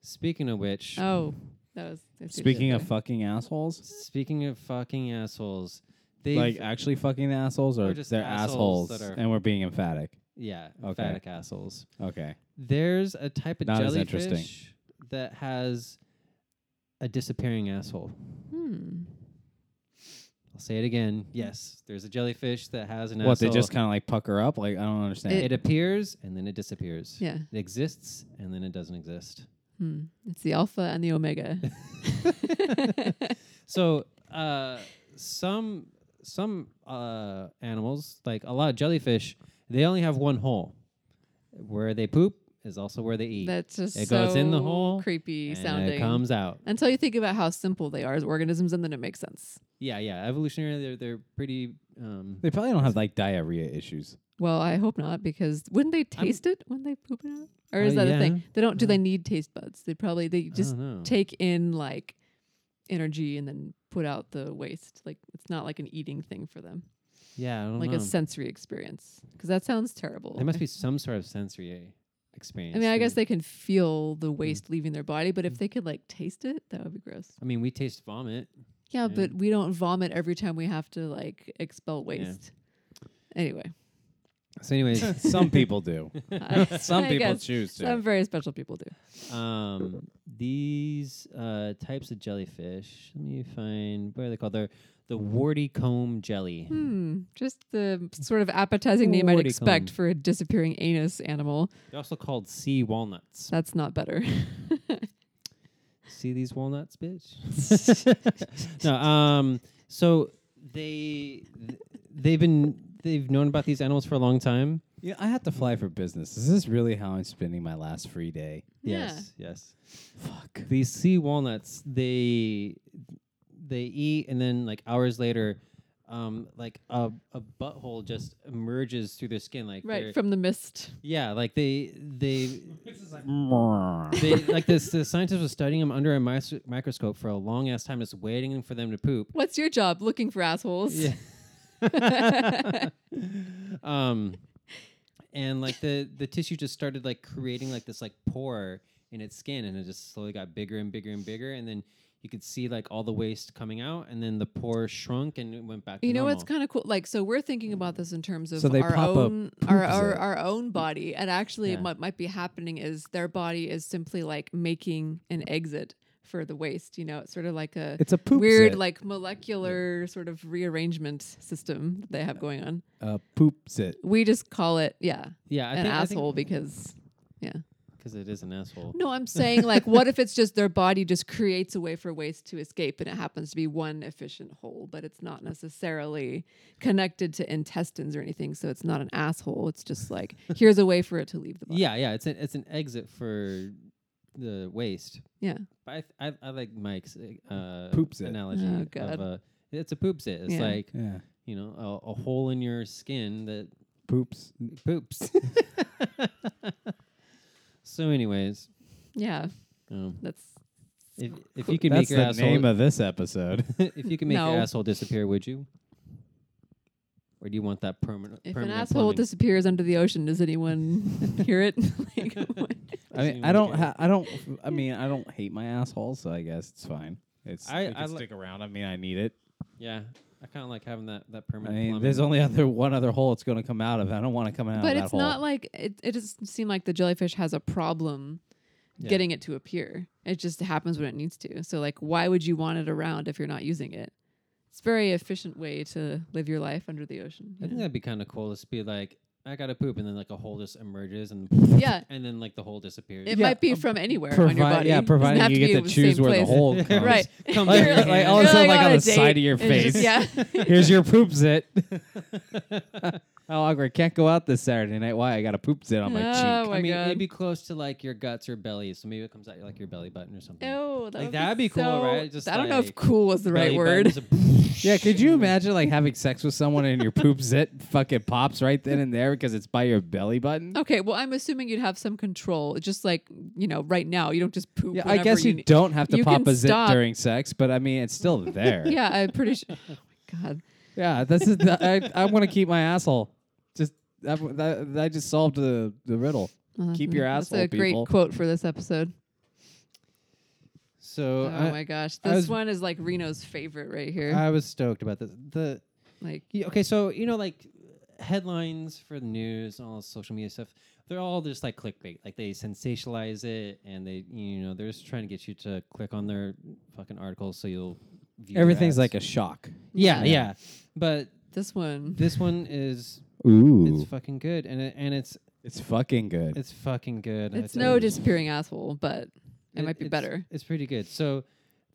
S1: Speaking of which,
S2: Oh, that was. that's what I did
S3: Speaking of
S2: there.
S3: fucking assholes.
S1: speaking of fucking assholes, they
S3: Like actually fucking assholes or
S1: Or just
S3: they're assholes,
S1: assholes that are-
S3: and we're being emphatic.
S1: yeah,
S3: Okay.
S1: emphatic assholes.
S3: Okay.
S1: There's a type of
S3: Not as interesting.
S1: jellyfish that has a disappearing asshole.
S2: Hmm.
S1: I'll say it again. Yes, there's a jellyfish that has an
S3: What
S1: asshole.
S3: they just kind of like pucker up? Like I don't understand.
S1: it appears and then it disappears.
S2: Yeah.
S1: It exists and then it doesn't exist.
S2: Hmm. It's the alpha and the omega.
S1: So uh, some some uh, animals, like a lot of jellyfish, they only have one hole. Where they poop is also where they eat.
S2: That's just
S1: It goes in the
S2: so
S1: hole,
S2: creepy
S1: and
S2: sounding.
S1: it comes out.
S2: Until you think about how simple they are as organisms, and then it makes sense.
S1: Yeah, yeah. Evolutionary, they're they're pretty. Um,
S3: they probably don't have like diarrhea issues.
S2: Well, I hope not because wouldn't they
S1: I'm-
S2: taste it when they poop it out? Or
S1: Uh, Oh.
S2: is that a thing?
S1: yeah.
S2: They don't. Do they need taste buds? They probably they
S1: I
S2: just
S1: don't know.
S2: take in like energy and then put out the waste. Like it's not like an eating thing for them,
S1: yeah, I don't
S2: like
S1: know.
S2: a sensory experience. Because that sounds terrible.
S1: there Oh, must be some sort of sensory e, experience.
S2: I mean, I guess
S1: that-
S2: they can feel the waste leaving their body, but if they could like taste it, that would be gross.
S1: I mean, we taste vomit.
S2: Yeah,
S1: Yeah.
S2: but we don't vomit every time we have to like expel waste. Anyway,
S1: So, anyways,
S3: Some people do.
S2: I-
S3: Some
S2: I
S3: people
S2: guess
S3: choose to.
S2: some very special people do.
S1: um, these uh, types of jellyfish. Let me find what are they called? They're the warty comb jelly.
S2: Hmm, just the sort of appetizing name I'd
S1: Warty
S2: expect
S1: comb.
S2: for a disappearing anus animal.
S1: They're also called sea walnuts.
S2: That's not better.
S1: See these walnuts, bitch. no, um, so they th- they've been they've known about these animals for a long time.
S3: Yeah, I have to fly for business. Is this really how I'm spending my last free day?
S2: Yeah.
S1: Yes, yes.
S3: Fuck.
S1: These sea walnuts, they they eat, and then like hours later, um, like a a butthole just emerges through their skin, like they're-
S2: right from the mist.
S1: yeah, like they they they like this. The scientist was studying them under a mis- microscope for a long ass time, just waiting for them to poop.
S2: What's your job? Looking for assholes.
S1: Yeah. um, and like the the tissue just started like creating like this like pore in its skin, and it just slowly got bigger and bigger and bigger, and then you could see like all the waste coming out, and then the pore shrunk and it went back. To
S2: You know what's
S1: normal.
S2: kind of cool? Like, so we're thinking about this in terms of
S3: So they
S2: our
S3: pop up
S2: own our,
S3: poop
S2: our
S3: zip.
S2: our own body, and actually,
S1: Yeah.
S2: what might be happening is their body is simply like making an exit for the waste. You know, it's sort of like a
S3: It's a poop
S2: weird,
S3: zit.
S2: like molecular sort of rearrangement system that they have going on.
S3: a poop zit.
S2: We just call it, yeah,
S1: yeah, I
S2: an
S1: think,
S2: asshole because. Yeah.
S1: because it is an asshole.
S2: No, I'm saying like, what if it's just their body just creates a way for waste to escape, and it happens to be one efficient hole, but it's not necessarily connected to intestines or anything, so it's not an asshole. It's just like here's a way for it to leave the body.
S1: Yeah, yeah, it's an it's an exit for the waste.
S2: Yeah.
S1: But I I, I like Mike's uh,
S3: Poop zit.
S1: analogy
S2: Oh,
S1: of
S2: God.
S1: a it's a poop zit. It's
S2: Yeah.
S1: like
S3: Yeah.
S1: you know a, a hole in your skin that
S3: Poops.
S1: poops. so, anyways,
S2: Yeah,
S1: um,
S2: that's
S1: if if you could
S3: That's
S1: make your
S3: the
S1: asshole
S3: name of this episode.
S1: if you could make
S2: No.
S1: your asshole disappear, would you? Or do you want that permanent?
S2: if an
S1: permanent
S2: asshole
S1: plumbing?
S2: disappears under the ocean, does anyone hear it? like, what-
S3: I
S1: Doesn't
S3: mean, I
S1: even
S3: don't.
S1: care.
S3: Ha- I don't. I mean, I don't hate my asshole, so I guess it's fine. It's.
S1: I-
S3: I, can
S1: I li-
S3: stick around. I mean, I need it.
S1: yeah, I kind of like having that that
S3: I
S1: permanent.
S3: mean,
S1: plumbing.
S3: there's only other one other hole it's going to come out of. I don't want to come out of
S2: but
S3: that
S2: it's
S3: hole.
S2: not like it. It doesn't seem like the jellyfish has a problem
S1: Yeah.
S2: getting it to appear. It just happens when it needs to. So like why would you want it around if you're not using it? It's a very efficient way to live your life under the ocean.
S1: I
S2: you
S1: think
S2: know?
S1: that'd be kind of cool. Just be like, I gotta poop, and then like a hole just emerges, and
S2: Yeah.
S1: and then like the hole disappears.
S2: It
S3: Yeah,
S2: might be
S3: uh,
S2: from anywhere on your
S3: Provi-
S2: body.
S3: yeah,
S2: It doesn't
S3: providing
S2: have
S3: you
S2: be
S3: get
S2: in
S3: to
S2: same
S3: choose where the
S2: place.
S3: hole comes.
S2: Right.
S1: Come
S3: Like-
S1: back
S3: like,
S1: in.
S2: Oh
S3: all of a
S2: You're
S3: sudden, like,
S2: on
S3: on
S2: a
S3: the side
S2: date,
S3: of your
S2: and it's just-
S3: face.
S2: yeah.
S3: Here's your poop zit. How awkward. Can't go out this Saturday night. Why? I got a poop sit on my
S2: Oh,
S3: cheek.
S2: my
S1: I mean,
S2: God.
S1: it'd be close to like your guts or belly, so maybe it comes out like your belly button or something.
S2: Oh, that
S1: Like,
S2: would
S1: that'd be cool,
S2: so-
S1: right? Just
S2: I don't know if
S1: like
S2: "cool" was the right
S1: Belly
S2: word.
S1: button's a-
S3: Yeah, could you imagine like having sex with someone and your poop zit fucking pops right then and there because it's by your belly button?
S2: Okay, well, I'm assuming you'd have some control, just like you know, right now. You don't just poop.
S3: Yeah, I
S2: whenever
S3: guess you,
S2: need-
S3: don't have to
S2: you
S3: pop
S2: can
S3: a zit
S2: stop.
S3: during sex, but I mean it's still there.
S2: Yeah, I'm pretty sure. Oh my god.
S3: yeah. This is the, I, I want to keep my asshole. Just I, that, I just solved the the riddle.
S2: Well,
S3: Keep your
S2: Uh-huh. that's
S3: asshole,
S2: a great
S3: people.
S2: quote for this episode.
S1: So
S2: Oh
S1: I,
S2: my gosh,
S1: I
S2: this
S1: was-
S2: one is like Reno's favorite right here.
S1: I was stoked about this. The
S2: like,
S1: Yeah, okay, so you know, like headlines for the news and all this social media stuff, they're all just like clickbait. Like they sensationalize it, and they, you know, they're just trying to get you to click on their fucking articles so you'll. View
S3: Everything's like a shock.
S1: yeah,
S3: Yeah.
S1: yeah. But
S2: this one.
S1: this one is
S3: Ooh,
S1: it's
S3: it's,
S1: fucking good, and it, and it's
S3: fucking good.
S1: it's fucking good. I
S2: It's
S1: tell
S2: no
S1: you.
S2: disappearing asshole, but it,
S1: It-
S2: might be
S1: it's-
S2: better.
S1: It's pretty good. So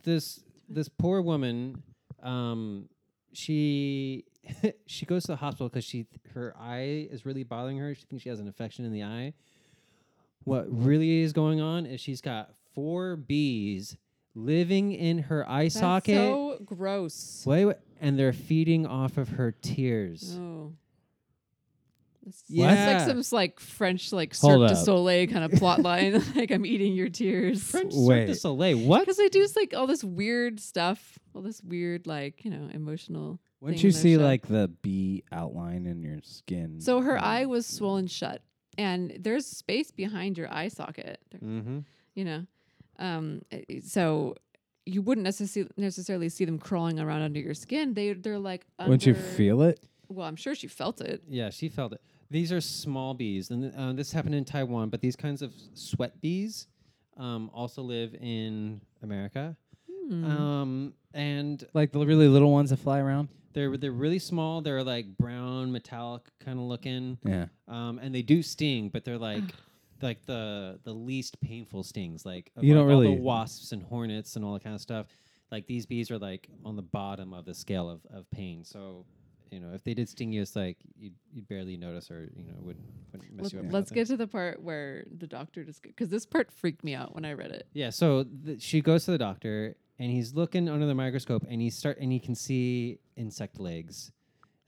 S1: this this poor woman, um, she she goes to the hospital because she th- her eye is really bothering her. She thinks she has an infection in the eye. What really is going on is she's got four bees living in her eye socket.
S2: so gross.
S1: Wait, wait, and they're feeding off of her tears.
S2: Oh. That's,
S1: What?
S2: that's like
S1: Yeah.
S2: some s- like French like
S3: Hold
S2: Cirque du
S3: up.
S2: Soleil kind of plot line. like I'm eating your tears.
S1: French Cirque du
S3: Wait.
S1: Soleil. What?
S2: Because they do like all this weird stuff, all this weird like you know emotional.
S3: Wouldn't
S2: thing
S3: you
S2: in their
S3: see
S2: show.
S3: like the bee outline in your skin?
S2: So her eye was swollen shut, and there's space behind your eye socket. There-
S1: Mm-hmm.
S2: you know um i- i- so you wouldn't necessarily necessarily see them crawling around under your skin they they're like under,
S3: Wouldn't you feel it?
S2: well i'm sure she felt it
S1: Yeah, she felt it. These are small bees, and uh, this happened in Taiwan. But these kinds of sweat bees um, also live in America, um, and
S3: Like the really little ones that fly around?
S1: they're they're really small. They're like brown, metallic kind of looking,
S3: Yeah.
S1: um, and they do sting, but they're like like the the least painful stings. Like of
S3: You
S1: like
S3: don't
S1: all
S3: really-
S1: the wasps and hornets and all that kind of stuff. Like these bees are like on the bottom of the scale of, of pain. So. You know, if they did sting you, it's like you'd, you'd barely notice, or you know, it wouldn't, wouldn't mess
S2: Let,
S1: you up. or
S2: let's
S1: nothing.
S2: get to the part where the doctor just because this part freaked me out when i read it
S1: Yeah, so th- she goes to the doctor and he's looking under the microscope and he start and he can see insect legs.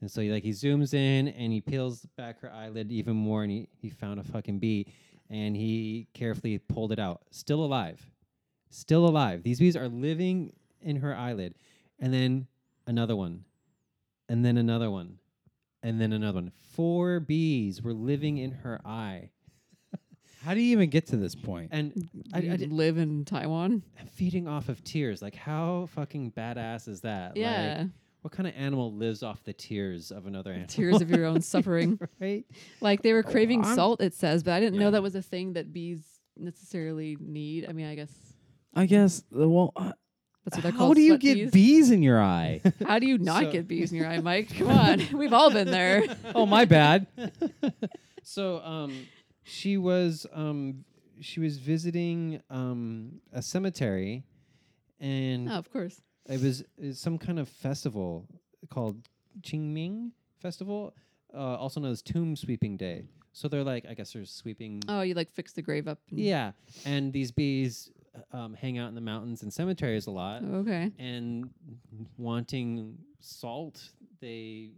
S1: And so he like he zooms in and he peels back her eyelid even more and he, he found a fucking bee and he carefully pulled it out. Still alive. Still alive. These bees are living in her eyelid. And then another one. And then another one. And then another one. Four bees were living in her eye.
S3: How do you even get to this point?
S1: And I, I
S2: you
S1: di-
S2: live in taiwan
S1: feeding off of tears. Like, how fucking badass is that?
S2: yeah
S1: Like, what kind of animal lives off the tears of another animal?
S2: tears of your own suffering
S1: right?
S2: like they were
S3: Oh,
S2: craving
S1: I'm-
S2: salt it says but i didn't
S1: Yeah.
S2: know that was a thing that bees necessarily need i mean i guess
S3: I guess. uh, Well, uh,
S2: that's what they're
S3: how
S2: called
S3: do you
S2: sweat
S3: get
S2: bees.
S3: bees? in your eye?
S2: how do you not
S1: So-
S2: get bees in your eye mike come on we've all been there
S3: oh, my bad.
S1: So, um, she was um, she was visiting um, a cemetery, and
S2: Oh, of course.
S1: it was, it was some kind of festival called Qingming Festival, uh, also known as Tomb Sweeping Day. So they're like, I guess they're sweeping
S2: Oh, you like fix the grave up. and-
S1: Yeah, and these bees uh, um, hang out in the mountains and cemeteries a
S2: Oh,
S1: lot,
S2: Okay.
S1: and wanting salt, they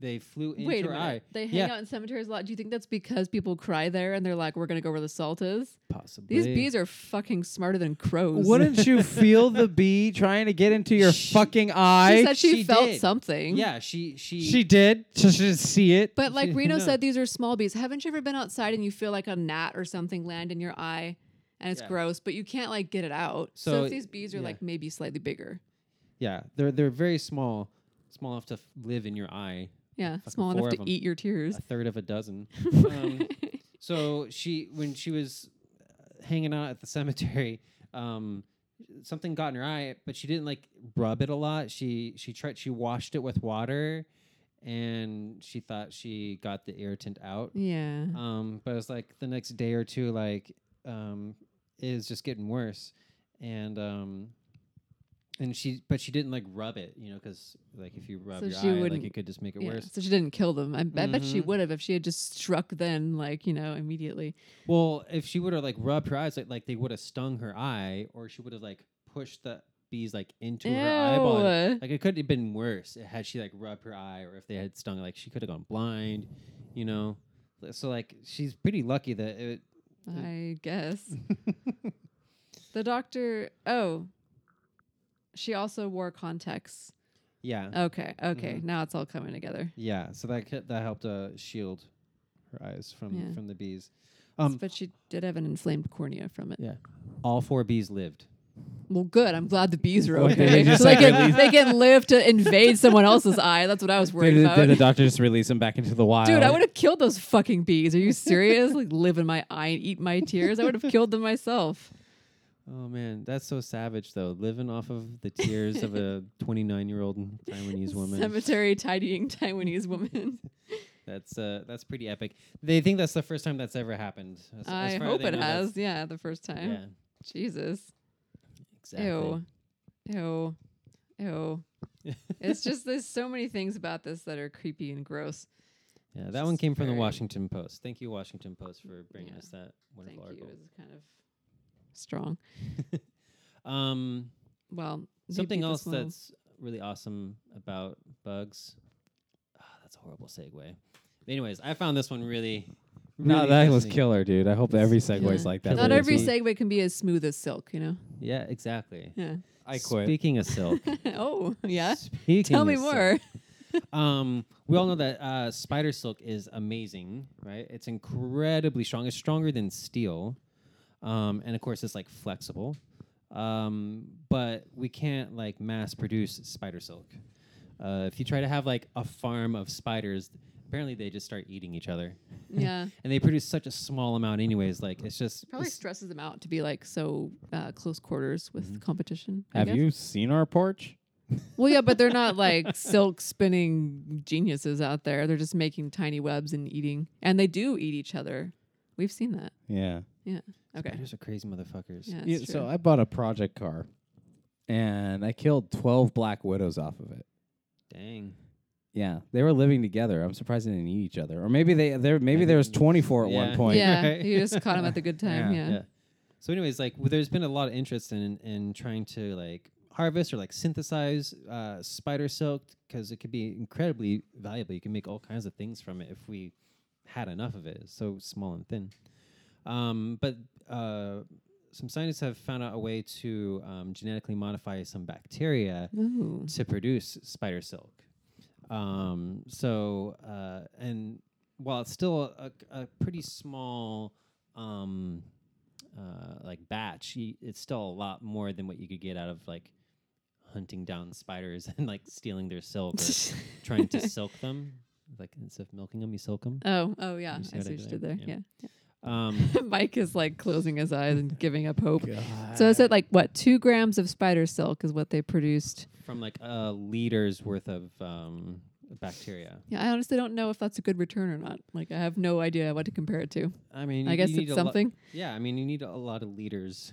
S1: they flew into
S2: Wait a
S1: her
S2: minute.
S1: eye.
S2: They hang
S1: yeah,
S2: out in cemeteries a lot. Do you think that's because people cry there and they're like, "We're gonna go where the salt is"?
S1: possibly.
S2: These bees are fucking smarter than crows.
S3: Wouldn't you feel the bee trying to get into your
S1: She-
S3: fucking eye?
S2: she said she,
S1: she
S2: felt
S1: did.
S2: something.
S1: Yeah, she she.
S3: she did. So she didn't see it.
S2: But like
S1: She-
S2: Reno
S1: no.
S2: said, these are small bees. Haven't you ever been outside and you feel like a gnat or something land in your eye, and it's
S1: Yeah.
S2: gross, but you can't like get it out. So,
S1: So,
S2: if these bees are
S1: yeah.
S2: like maybe slightly bigger,
S1: yeah, they're they're very small, small enough to f- live in your eye.
S2: yeah,
S1: Fucking
S2: small
S1: four
S2: enough
S1: of
S2: to
S1: 'em.
S2: eat your tears.
S1: a third of a dozen. um, so she, when she was uh, hanging out at the cemetery, um, something got in her eye, but she didn't like rub it a lot. She she tried she washed it with water, and she thought she got the irritant out.
S2: Yeah.
S1: Um, but it was like the next day or two, like um, it was just getting worse, and um, And she, but she didn't like rub it, you know, because like if you rub
S2: So
S1: your
S2: she
S1: eye, like
S2: wouldn't-
S1: it could just make it
S2: Yeah,
S1: worse.
S2: so she didn't kill them. I, I bet she
S3: Mm-hmm.
S1: Mhm.
S2: would have if she had just struck then, like you know, immediately.
S1: Well, if she would have like rubbed her eyes, like, like they would have stung her eye, or she would have like pushed the bees like into her eyeball. and-
S2: Ew.
S1: Like it could have been worse had she like rubbed her eye, or if they had stung, like she could have gone blind, you know. So like she's pretty lucky that it.
S2: I guess. the doctor. Oh, she also wore contacts.
S1: Yeah,
S2: Okay, okay.
S3: Mm-hmm.
S1: Mhm.
S2: Now it's all coming together.
S1: yeah. So that c- that helped uh, shield her eyes from
S2: Yeah.
S1: from the bees.
S3: Mm.
S1: Um,
S2: but she did have an inflamed cornea from it.
S1: yeah, all four bees lived.
S2: Well, good. I'm glad the bees are
S3: What,
S2: okay.
S3: did they just,
S2: So they,
S3: like,
S2: can,
S3: release-
S2: they can live to invade someone else's eye. That's what I was worried
S3: Did, did the
S2: about.
S3: doctor just release him back into the wild?
S2: Dude, I would have killed those fucking bees. Are you serious? like live in my eye and eat my tears. I would have killed them myself.
S1: Oh man, that's so savage though. Living off of the tears of a 29 year old Taiwanese woman.
S2: Cemetery tidying Taiwanese woman.
S1: That's uh, that's pretty epic. They think that's the first time that's ever happened. As- as
S2: I
S1: far as
S2: hope
S1: they
S2: it
S1: know, that's-
S2: has. Yeah, the first time.
S1: Yeah,
S2: Jesus.
S1: exactly.
S2: Ew. Ew. Ew. it's just there's so many things about this that are creepy and gross.
S1: Yeah, that one
S2: Just
S1: came from the
S2: very-
S1: Washington Post. Thank you, Washington Post, for bringing
S2: Yeah.
S1: us that wonderful
S2: Thank you.
S1: article.
S2: It's kind of strong.
S1: Um,
S2: Well,
S1: something
S2: maybe
S1: else
S2: this one will-
S1: that's really awesome about bugs. Ah, that's a horrible segue. Anyways, I found this one really.
S3: No,
S1: really
S3: that was
S1: fascinating.
S3: killer, dude. I hope every segue's
S2: Yeah.
S3: like that.
S2: Not
S1: Really
S2: every
S1: sweet.
S2: segue can be as smooth as silk, you know.
S1: Yeah, exactly.
S2: Yeah.
S3: I quit.
S1: Speaking of silk.
S2: oh, yeah.
S1: Speaking
S2: Tell me
S1: of silk,
S2: more.
S1: um, we all know that uh, spider silk is amazing, right? It's incredibly strong. It's stronger than steel, um, and of course, it's like flexible. Um, but we can't like mass produce spider silk. Uh, if you try to have like a farm of spiders, apparently they just start eating each other,
S2: yeah.
S1: and they produce such a small amount, anyways. Like it's just
S2: Probably
S1: it's-
S2: stresses them out to be like so uh, close quarters with
S1: Mm-hmm.
S2: competition. I
S3: Have
S2: guess.
S3: you seen our porch?
S2: Well, yeah, but they're not like silk spinning geniuses out there. They're just making tiny webs and eating, and they do eat each other. We've seen that.
S3: Yeah.
S2: Okay.
S1: spiders are crazy motherfuckers.
S2: Yeah,
S3: Yeah,
S2: that's true.
S3: so I bought a project car, and I killed twelve black widows off of it.
S1: Dang.
S3: Yeah, they were living together. I'm surprised they didn't eat each other, or maybe they there maybe there was twenty four at
S1: Yeah.
S3: one point.
S2: yeah,
S1: right?
S2: you just caught them at the good time.
S3: Yeah,
S2: Yeah.
S1: yeah. So, anyways, like w there's been a lot of interest in in trying to like harvest or like synthesize uh, spider silk because it could be incredibly valuable. You can make all kinds of things from it if we had enough of it. It's so small and thin. Um, but uh, some scientists have found out a way to um, genetically modify some bacteria
S2: Ooh.
S1: to produce spider silk. Um, so, uh, and while it's still a, a pretty small, um, uh, like batch, y- it's still a lot more than what you could get out of like hunting down spiders and like stealing their silk or trying to silk them. Like instead of milking them, you silk them.
S2: Oh, oh yeah.
S1: You see
S2: I
S1: what
S2: see
S1: I
S2: what you
S1: did
S2: did
S1: there?
S2: there.
S1: Yeah.
S2: Yeah.
S1: Um,
S2: Mike is like closing his eyes and giving up hope. So I said like what two grams of spider silk is what they produced.
S1: from like a liter's worth of um, bacteria.
S2: Yeah, I honestly don't know if that's a good return or not. Like I have no idea what to compare it to.
S1: I mean,
S2: I
S1: you
S2: guess
S1: need
S2: it's
S1: a lo-
S2: something.
S1: Yeah, I mean, you need a lot of liters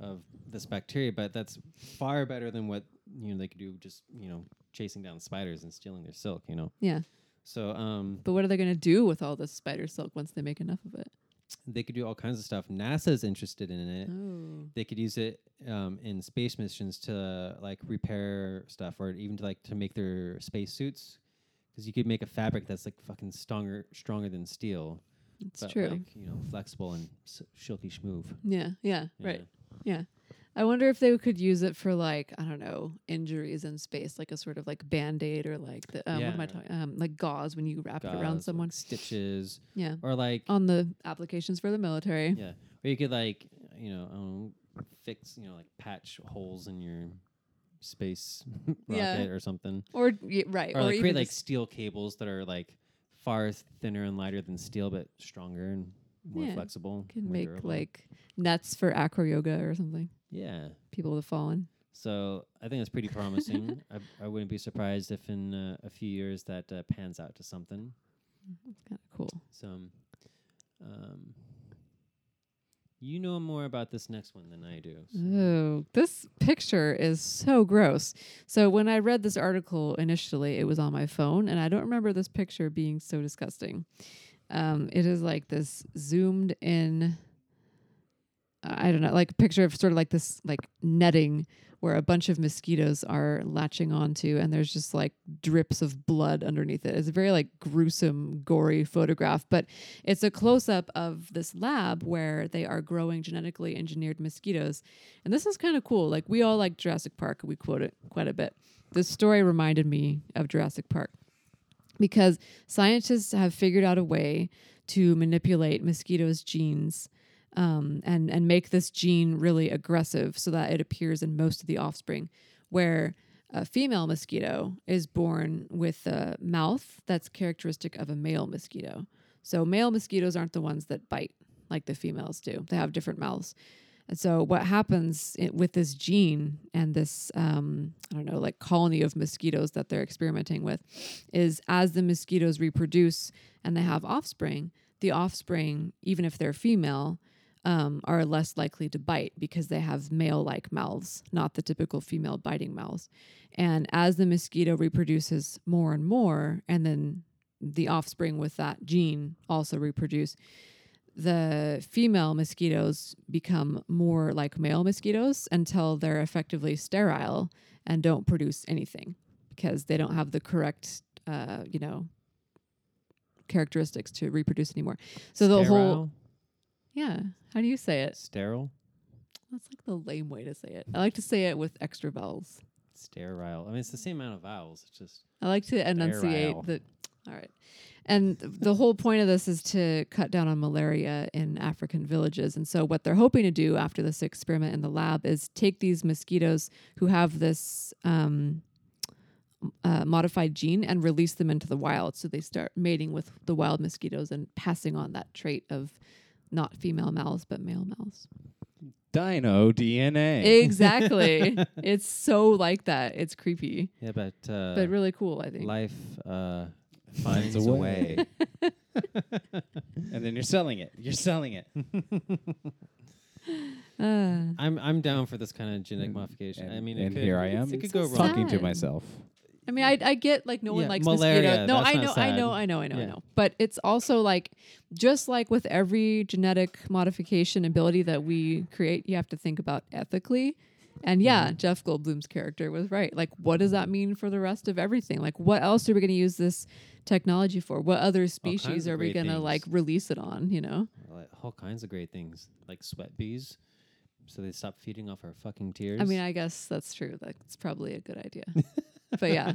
S1: of this bacteria, but that's far better than what you know they could do just you know chasing down spiders and stealing their silk. You know,
S2: Yeah.
S1: so um,
S2: But what are they gonna do with all this spider silk once they make enough of it?
S1: they could do all kinds of stuff. NASA's interested in it.
S2: Oh.
S1: They could use it um, in space missions to like repair stuff, or even to like to make their spacesuits. Because you could make a fabric that's like fucking stronger, stronger than steel,
S2: It's
S1: but
S2: true.
S1: like you know, flexible and s- silky schmoove.
S2: yeah, yeah,
S1: you
S2: right.
S1: know.
S2: I wonder if they could use it for like, I don't know, injuries in space, like a sort of like band aid or like the um, what am
S1: Yeah.
S2: I talking um like gauze when you wrap it
S1: Gauze,
S2: around
S1: like,
S2: someone.
S1: stitches,
S2: Yeah.
S1: or like
S2: On the applications for the military.
S1: Yeah, or you could like you know um, fix you know like patch holes in your space
S2: Yeah.
S1: rocket or something,
S2: Or y- right.
S1: or, like
S2: even
S1: create like
S2: just-
S1: steel cables that are like far thinner and lighter than steel, but stronger and more
S2: Yeah,
S1: flexible.
S2: can
S1: more
S2: make
S1: durable.
S2: like nets for acro yoga or something.
S1: yeah.
S2: People have fallen.
S1: So I think it's pretty promising. I, I wouldn't be surprised if in uh, a few years that uh, pans out to something.
S2: Kind of cool.
S1: Some, um, You know more about this next one than I do. so-
S2: Oh, this picture is so gross. So when I read this article initially, it was on my phone, and I don't remember this picture being so disgusting. Um, it is like this zoomed in. I don't know, like a picture of sort of like this like netting where a bunch of mosquitoes are latching onto, and there's just like drips of blood underneath it. It's a very like gruesome, gory photograph, but it's a close up of this lab where they are growing genetically engineered mosquitoes. And this is kind of cool. Like we all like Jurassic Park. We quote it quite a bit. This story reminded me of Jurassic Park because scientists have figured out a way to manipulate mosquitoes' genes um, and and make this gene really aggressive so that it appears in most of the offspring. Where a female mosquito is born with a mouth that's characteristic of a male mosquito. So male mosquitoes aren't the ones that bite like the females do. They have different mouths. And so what happens i with this gene and this um, I don't know like colony of mosquitoes that they're experimenting with is as the mosquitoes reproduce and they have offspring, the offspring even if they're female um, are less likely to bite because they have male-like mouths, not the typical female biting mouths. And as the mosquito reproduces more and more, and then the offspring with that gene also reproduce, the female mosquitoes become more like male mosquitoes until they're effectively sterile and don't produce anything because they don't have the correct, uh, you know, characteristics to reproduce anymore. So the whole
S1: Sterile?
S2: yeah. How do you say it?
S1: sterile,
S2: That's like the lame way to say it. I like to say it with extra vowels.
S1: sterile. I mean, it's the same amount of vowels. It's just
S2: I like to enunciate
S1: Sterile.
S2: the. All right. And th- the whole point of this is to cut down on malaria in African villages. And so, what they're hoping to do after this experiment in the lab is take these mosquitoes who have this um, uh, modified gene and release them into the wild. So, they start mating with the wild mosquitoes and passing on that trait of not female mouths, but male mouths.
S3: Dino DNA.
S2: Exactly. it's so like that. It's creepy,
S1: yeah, but uh,
S2: but really cool, I think.
S1: life uh,
S3: Finds
S1: finds
S3: a
S1: a
S3: way.
S1: way.
S3: and then you're selling it. You're selling it.
S2: Uh,
S1: I'm I'm down for this kind of genetic modification. I mean, it
S3: and
S1: could,
S3: here I am
S1: It could
S2: so
S1: go
S2: sad.
S1: wrong.
S3: talking to
S2: Sad.
S3: myself.
S2: I mean, I, I get like no one
S1: Yeah,
S2: likes
S1: malaria,
S2: mosquitoes. No,
S1: that's
S2: I know,
S1: not
S2: I
S1: sad.
S2: know, I know, I know, I
S1: Yeah.
S2: know. But it's also like just like with every genetic modification ability that we create, you have to think about ethically. And yeah,
S1: Mm-hmm.
S2: Jeff Goldblum's character was right. Like, what does that mean for the rest of everything? Like, what else are we going to use this technology for? What other
S1: kinds
S2: species
S1: of
S2: are we
S1: great
S2: going to
S1: things.
S2: like release it on? You know?
S1: Like, all kinds of great things, like sweat bees, so they stop feeding off our fucking tears.
S2: I mean, I guess that's true. That's probably a good idea. but yeah,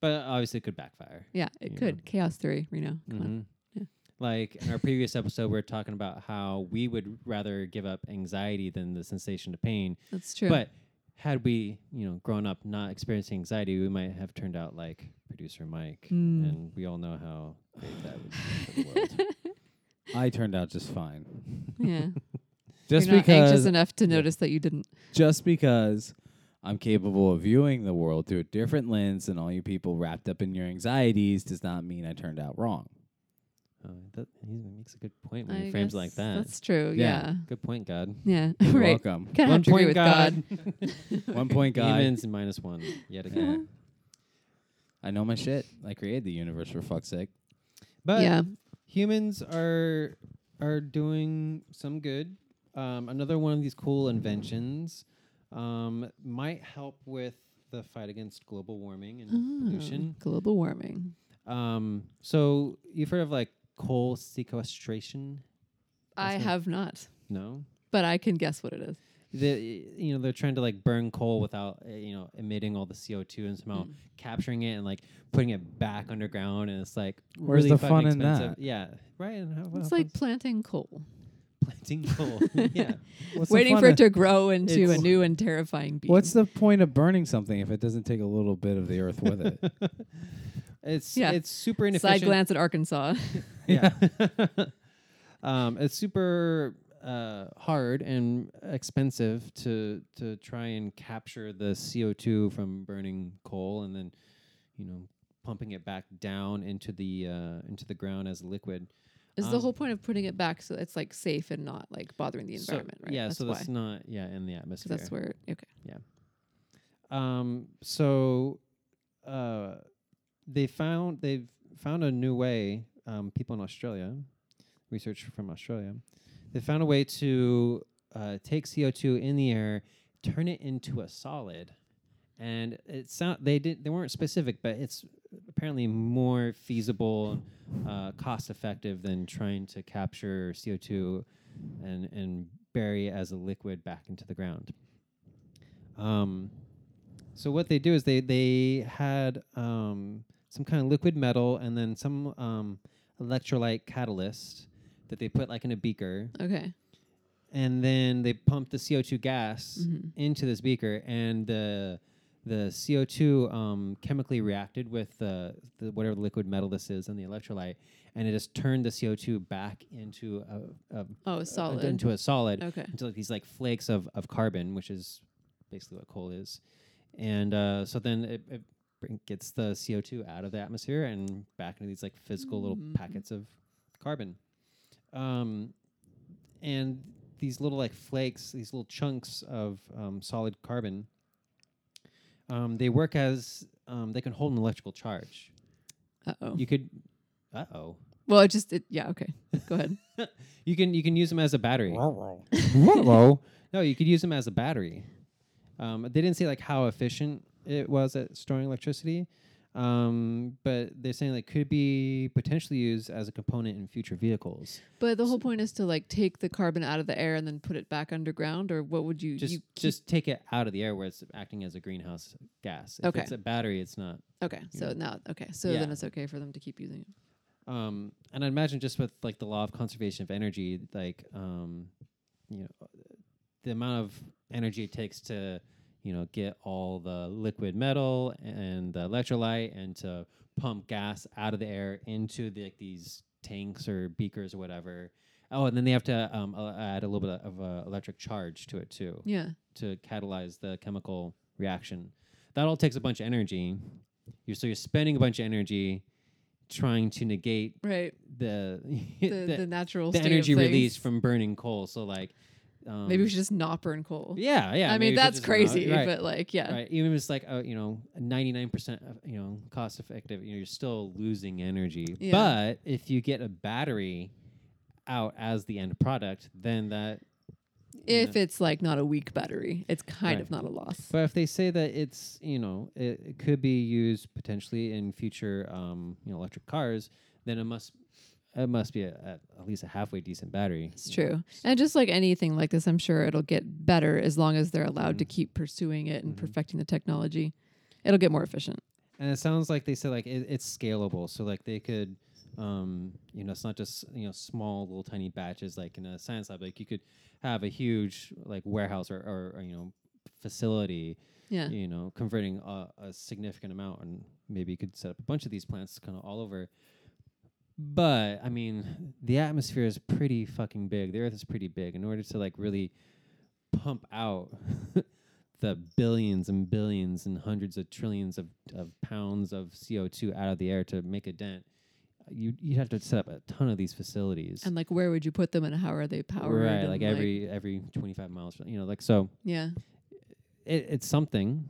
S1: but obviously, it could backfire.
S2: yeah, it
S1: Yeah.
S2: could. Chaos Theory, Reno. Come on.
S1: Mhm.
S2: Yeah.
S1: Like in our previous episode, we were talking about how we would rather give up anxiety than the sensation of pain.
S2: That's true.
S1: But had we, you know, grown up not experiencing anxiety, we might have turned out like producer Mike,
S2: Mm.
S1: and we all know how great that would be for the world.
S3: I turned out just fine.
S2: yeah.
S3: Just
S2: You're not anxious
S3: because
S2: enough to notice that you didn't.
S3: just because I'm capable of viewing the world through a different lens than all you people wrapped up in your anxieties does not mean I turned out wrong.
S1: Uh, that, he makes a good point when he frames it like
S2: guess
S1: that.
S2: That's true.
S3: Yeah.
S2: Yeah.
S1: good point, God.
S2: Yeah.
S3: You're
S2: right.
S3: welcome.
S2: Kind of have to agree with God.
S3: One point guy.
S1: Evens and minus one yet again.
S3: I know my shit. I created the universe for fuck's sake.
S1: But
S2: yeah.
S1: humans are are doing some good. Um, another one of these cool inventions um, might help with the fight against global warming and pollution.
S2: Oh, global warming.
S1: Um, so you've heard of like coal sequestration?
S2: I
S1: That's not-
S2: have not,
S1: No.
S2: but I can guess what it is.
S1: The, you know they're trying to like burn coal without uh, you know emitting all the CO two and somehow
S2: Mm.
S1: capturing it and like putting it back underground and it's like
S3: Where's
S1: really
S3: the
S1: fucking
S3: fun in
S1: expensive.
S3: that?
S1: Yeah, right. And how,
S2: It's
S1: how
S2: like
S1: fun's
S2: planting coal,
S1: planting coal. yeah,
S2: waiting for it to grow into a
S1: It's-
S2: new and terrifying being.
S3: What's the point of burning something if it doesn't take a little bit of the earth with it?
S1: it's
S2: Yeah.
S1: it's super
S2: side
S1: inefficient.
S2: glance at Arkansas?
S1: yeah. um, it's super uh, hard and expensive to to try and capture the CO two from burning coal and then, you know, pumping it back down into the uh, into the ground as liquid.
S2: Is the
S1: Um,
S2: whole point of putting it back so it's like safe and not like bothering the
S1: So-
S2: environment, right?
S1: Yeah,
S2: that's
S1: so
S2: why.
S1: that's not yeah in the
S2: So
S1: atmosphere.
S2: that's where okay.
S1: Um, so uh, they found they've found a new way. Um, people in Australia, research from Australia, they found a way to uh, take CO two in the air, turn it into a solid, and it sound they did they weren't specific, but it's apparently more feasible, uh, cost effective than trying to capture CO two and and bury it as a liquid back into the ground. Um, so what they do is they they had um, some kind of liquid metal and then some um, electrolyte catalyst that they put like in a beaker,
S2: Okay.
S1: and then they pumped the CO two gas
S2: Mhm.
S1: into this beaker, and the the CO two um, chemically reacted with the, the whatever liquid metal this is and the electrolyte, and it just turned the CO two back into a, a
S2: Oh, solid.
S1: into a solid,
S2: okay.
S1: into like these like flakes of, of carbon, which is basically what coal is. And uh, so then it, it bring, gets the CO2 out of the atmosphere and back into these like physical little
S2: Mm.
S1: packets of carbon. Um, and these little like flakes, these little chunks of um, solid carbon, um, they work as um, they can hold an electrical charge.
S2: Uh oh.
S1: You could, uh oh,
S2: Well, it just it, yeah. Okay. Go ahead.
S1: you can you can use them as a battery.
S3: Whoa.
S1: No, you could use them as a battery. Um, they didn't say like how efficient it was at storing electricity, um, but they're saying like could be potentially used as a component in future vehicles.
S2: But the whole point is to like take the carbon out of the air and then put it back underground, or what would you
S1: Just
S2: you keep-
S1: just take it out of the air where it's acting as a greenhouse gas. If
S2: Okay.
S1: it's a battery, it's not.
S2: Okay, so
S1: Yeah.
S2: now okay, so
S1: Yeah.
S2: then it's okay for them to keep using it.
S1: Um, and I imagine just with like the law of conservation of energy, like um, you know, the amount of energy it takes to you know get all the liquid metal and the electrolyte and to pump gas out of the air into the, like these tanks or beakers or whatever. Oh, and then they have to um, uh, add a little bit of uh, electric charge to it too
S2: Yeah.
S1: to catalyze the chemical reaction. That all takes a bunch of energy. You're, so you're spending a bunch of energy trying to negate
S2: Right.
S1: the
S2: The,
S1: the,
S2: the, natural
S1: the
S2: state of
S1: energy
S2: things.
S1: released from burning coal. So like, um,
S2: Maybe we should just not burn coal.
S1: Yeah, yeah. maybe
S2: I mean
S1: we should
S2: that's
S1: just not-
S2: crazy,
S1: right,
S2: but like yeah.
S1: right. Even if it's like uh, you know ninety nine percent you know cost effective, you know, you're still losing energy.
S2: Yeah.
S1: But if you get a battery out as the end product, then that
S2: If it's like not a weak battery, it's kind
S1: Right.
S2: of not a loss.
S1: But if they say that it's, you know, it, it could be used potentially in future, um, you know, electric cars, then it must, it must be a, a- at least a halfway decent battery.
S2: It's true. And just like anything like this, I'm sure it'll get better as long as they're allowed
S1: Mm-hmm.
S2: to keep pursuing it and perfecting the technology. It'll get more efficient.
S1: And it sounds like they said like it, it's scalable, so like they could, um, you know, it's not just you know small little tiny batches like in a science lab. Like you could have a huge like warehouse or, or, or you know facility
S2: Yeah.
S1: you know, converting a, a significant amount, and maybe you could set up a bunch of these plants kind of all over. But I mean, the atmosphere is pretty fucking big. The Earth is pretty big. In order to like really pump out the billions and billions and hundreds of trillions of, of pounds of CO two out of the air to make a dent, you you'd have to set up a ton of these facilities.
S2: And like where would you put them and how are they powered?
S1: right,
S2: and,
S1: like every every twenty five miles, you know, like so.
S2: Yeah.
S1: It, it's something.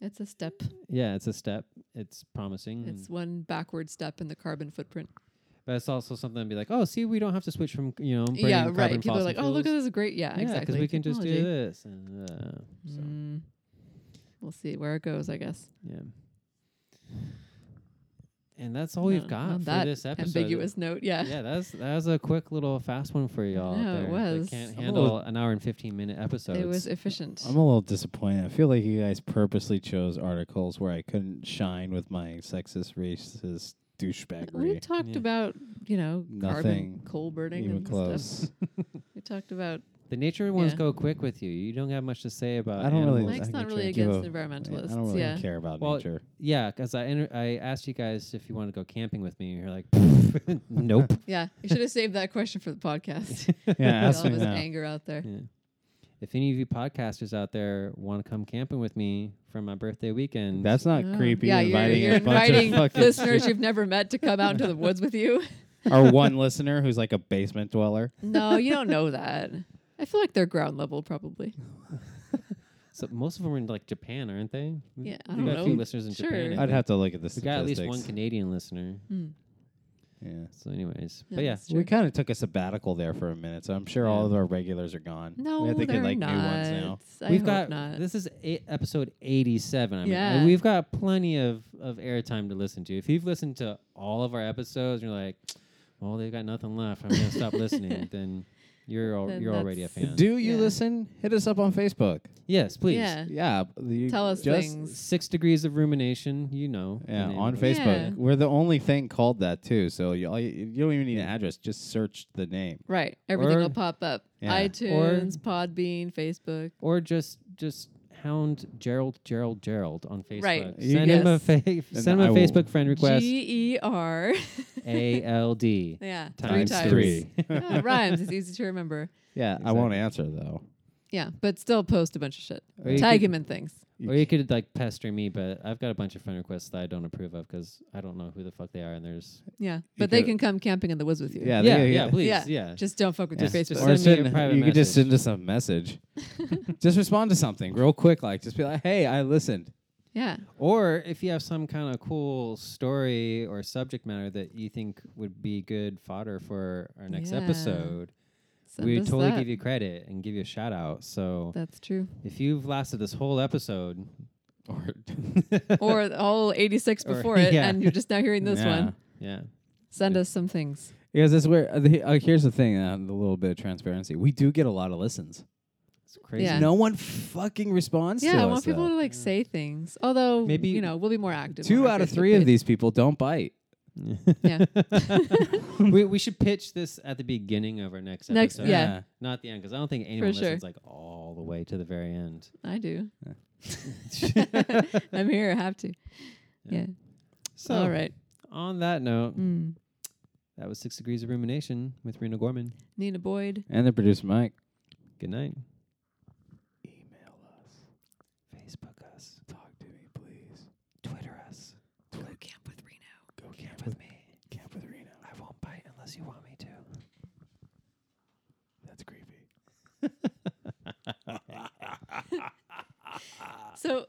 S2: It's a step.
S1: Yeah, it's a step. It's promising. and-
S2: It's one backward step in the carbon footprint.
S1: But it's also something to be like, oh, see, we don't have to switch from you know, burning
S2: yeah,
S1: carbon
S2: right. People are
S1: fossil
S2: like, oh, look at
S1: fuels."
S2: this great. Yeah,
S1: yeah,
S2: exactly.
S1: we can just do
S2: Technology.
S1: this. And, uh, so,
S2: Mm. We'll see where it goes, I guess.
S1: yeah. And that's all
S2: Yeah,
S1: we've got
S2: on
S1: for
S2: that
S1: this episode.
S2: Ambiguous note. Yeah.
S1: Yeah, that's that was a quick little fast one for y'all. out
S2: know, it
S1: there.
S2: was. Oh.
S1: They can't
S3: I'm a
S1: handle
S3: little-
S1: an hour and fifteen minute episodes.
S2: it was efficient.
S3: I'm a little disappointed. I feel like you guys purposely chose articles where I couldn't shine with my sexist, racist
S2: we
S3: douchebaggery.
S2: talked
S1: Yeah.
S2: about, you know, carbon
S3: Nothing
S2: coal burning
S3: Even
S2: and stuff.
S3: close.
S2: We talked about
S1: the nature ones
S2: Yeah.
S1: go quick with you. You don't have much to say about.
S3: I don't really.
S1: animals.
S2: Mike's
S3: I
S2: not
S3: could
S2: really
S3: give
S2: against
S3: a-
S2: environmentalists,
S3: I don't really
S2: yeah.
S3: care about
S1: Well,
S3: nature.
S1: Yeah, because I inter- I asked you guys if you want to go camping with me, and you're like, nope.
S2: yeah. You should have saved that question for the podcast.
S3: Yeah,
S2: With
S3: ask
S2: all
S3: me
S2: of his
S3: now.
S2: anger out there.
S1: Yeah. If any of you podcasters out there want to come camping with me for my birthday weekend,
S3: That's not
S2: Oh.
S3: creepy.
S2: Yeah, you're,
S3: inviting
S2: you're
S3: a bunch
S2: inviting
S3: of fucking
S2: listeners you've never met to come out into the woods with you.
S3: Our one listener who's like a basement dweller.
S2: No, you don't know that. I feel like they're ground level probably.
S1: So most of them are in like Japan, aren't they? We-
S2: Yeah, I
S1: we
S2: don't
S1: got
S2: know.
S1: a few listeners in
S2: Sure.
S1: Japan. I
S3: I'd
S1: think.
S3: have to look at the
S1: we got at
S3: statistics.
S1: least one Canadian listener.
S2: Mm.
S3: Yeah.
S1: So, anyways,
S2: No,
S1: but yeah,
S2: that's
S3: We
S2: true.
S3: kind of took a sabbatical there for a minute, so I'm sure all
S1: Yeah.
S3: of our regulars are gone.
S2: No,
S3: we have to
S2: they're
S3: get like
S2: not.
S3: new ones now.
S2: I
S1: we've
S2: hope
S1: got
S2: not.
S1: this is eight, episode eighty-seven. I mean,
S2: Yeah.
S1: we've got plenty of of airtime to listen to. If you've listened to all of our episodes, and you're like, well, they've got nothing left. I'm gonna stop listening. Then you're al-
S2: Then
S1: you're already a
S2: that's-
S1: fan.
S3: Do you
S2: Yeah.
S3: listen? Hit us up on Facebook.
S1: yes, please.
S2: Yeah.
S3: Yeah, you
S2: Tell us
S3: just-
S2: things.
S1: Six degrees of rumination. You know. the
S3: Yeah,
S1: name
S3: on
S1: of it.
S3: Facebook.
S2: Yeah.
S3: We're the only thing called that too. So you, all you, you don't even need an address. Just search the name.
S2: Right. Everything
S1: Or-
S2: will pop up.
S3: Yeah. Or-
S2: iTunes, Podbean, Facebook.
S1: or just just hound Gerald Gerald Gerald on Facebook.
S2: Right.
S3: You
S1: Send him a
S2: Yes.
S1: fa- send him
S3: I
S1: a
S3: will-
S1: Facebook friend request.
S2: G E R.
S1: A L D
S2: Yeah. Three
S1: times
S2: times.
S1: three.
S2: Yeah, it rhymes. It's easy to remember.
S3: Yeah, I won't answer though.
S2: Yeah, but still post a bunch of shit.
S1: Or you
S2: Tag
S1: could-
S2: him in things.
S3: You
S1: Or you could like pester me, but I've got a bunch of friend requests that I don't approve of because I don't know who the fuck they are, and there's
S2: Yeah, but they
S3: could-
S2: can come camping in the woods with you.
S3: Yeah,
S1: yeah,
S3: they-
S1: yeah, please, yeah.
S2: Just don't fuck with
S3: Yeah.
S2: your
S1: Just-
S2: Facebook.
S1: just
S3: or
S1: send me a
S3: send,
S1: private
S3: you could just
S1: message.
S3: send us a message. just respond to something real quick, like just be like, "Hey, I listened."
S2: yeah,
S1: Or if you have some kind of cool story or subject matter that you think would be good fodder for our next
S2: Yeah.
S1: episode,
S2: send
S1: we
S2: us
S1: totally
S2: that.
S1: give you credit and give you a shout out. So
S2: That's true.
S1: if you've lasted this whole episode,
S3: Or
S2: or all 86
S1: Or-
S2: before it,
S1: yeah.
S2: and you're just now hearing this
S3: Yeah.
S2: one.
S1: yeah,
S2: Send us some things.
S3: Because that's where uh, the- uh, here's the thing, uh, the little bit of transparency. We do get a lot of listens.
S1: it's crazy.
S2: Yeah.
S3: No one fucking responds to
S2: Yeah, I
S3: us,
S2: want people
S3: though.
S2: to like say things. Although
S1: Maybe
S2: maybe you know we'll be more active. on
S3: Two
S2: our
S3: out of
S2: Facebook
S3: three of
S2: page.
S3: these people don't bite.
S2: Yeah.
S1: we we should pitch this at the beginning of our next,
S2: Next-
S1: episode.
S2: yeah.
S1: Not the end, because I don't think anyone
S2: sure.
S1: listens like all the way to the very end.
S2: I do. I'm here. I have to. Yeah.
S1: So
S2: all right.
S1: on that note,
S2: Mm.
S1: that was Six Degrees of Rumination with Rena Gorman.
S2: Nina Boyd.
S3: And the producer Mike.
S1: Good night.
S3: Email us.
S1: Facebook us.
S3: Talk to me, please.
S1: Twitter us.
S2: Go camp with Reno.
S1: Go camp with me.
S3: Camp with Reno.
S1: I won't bite unless you want me to.
S3: That's creepy.
S2: So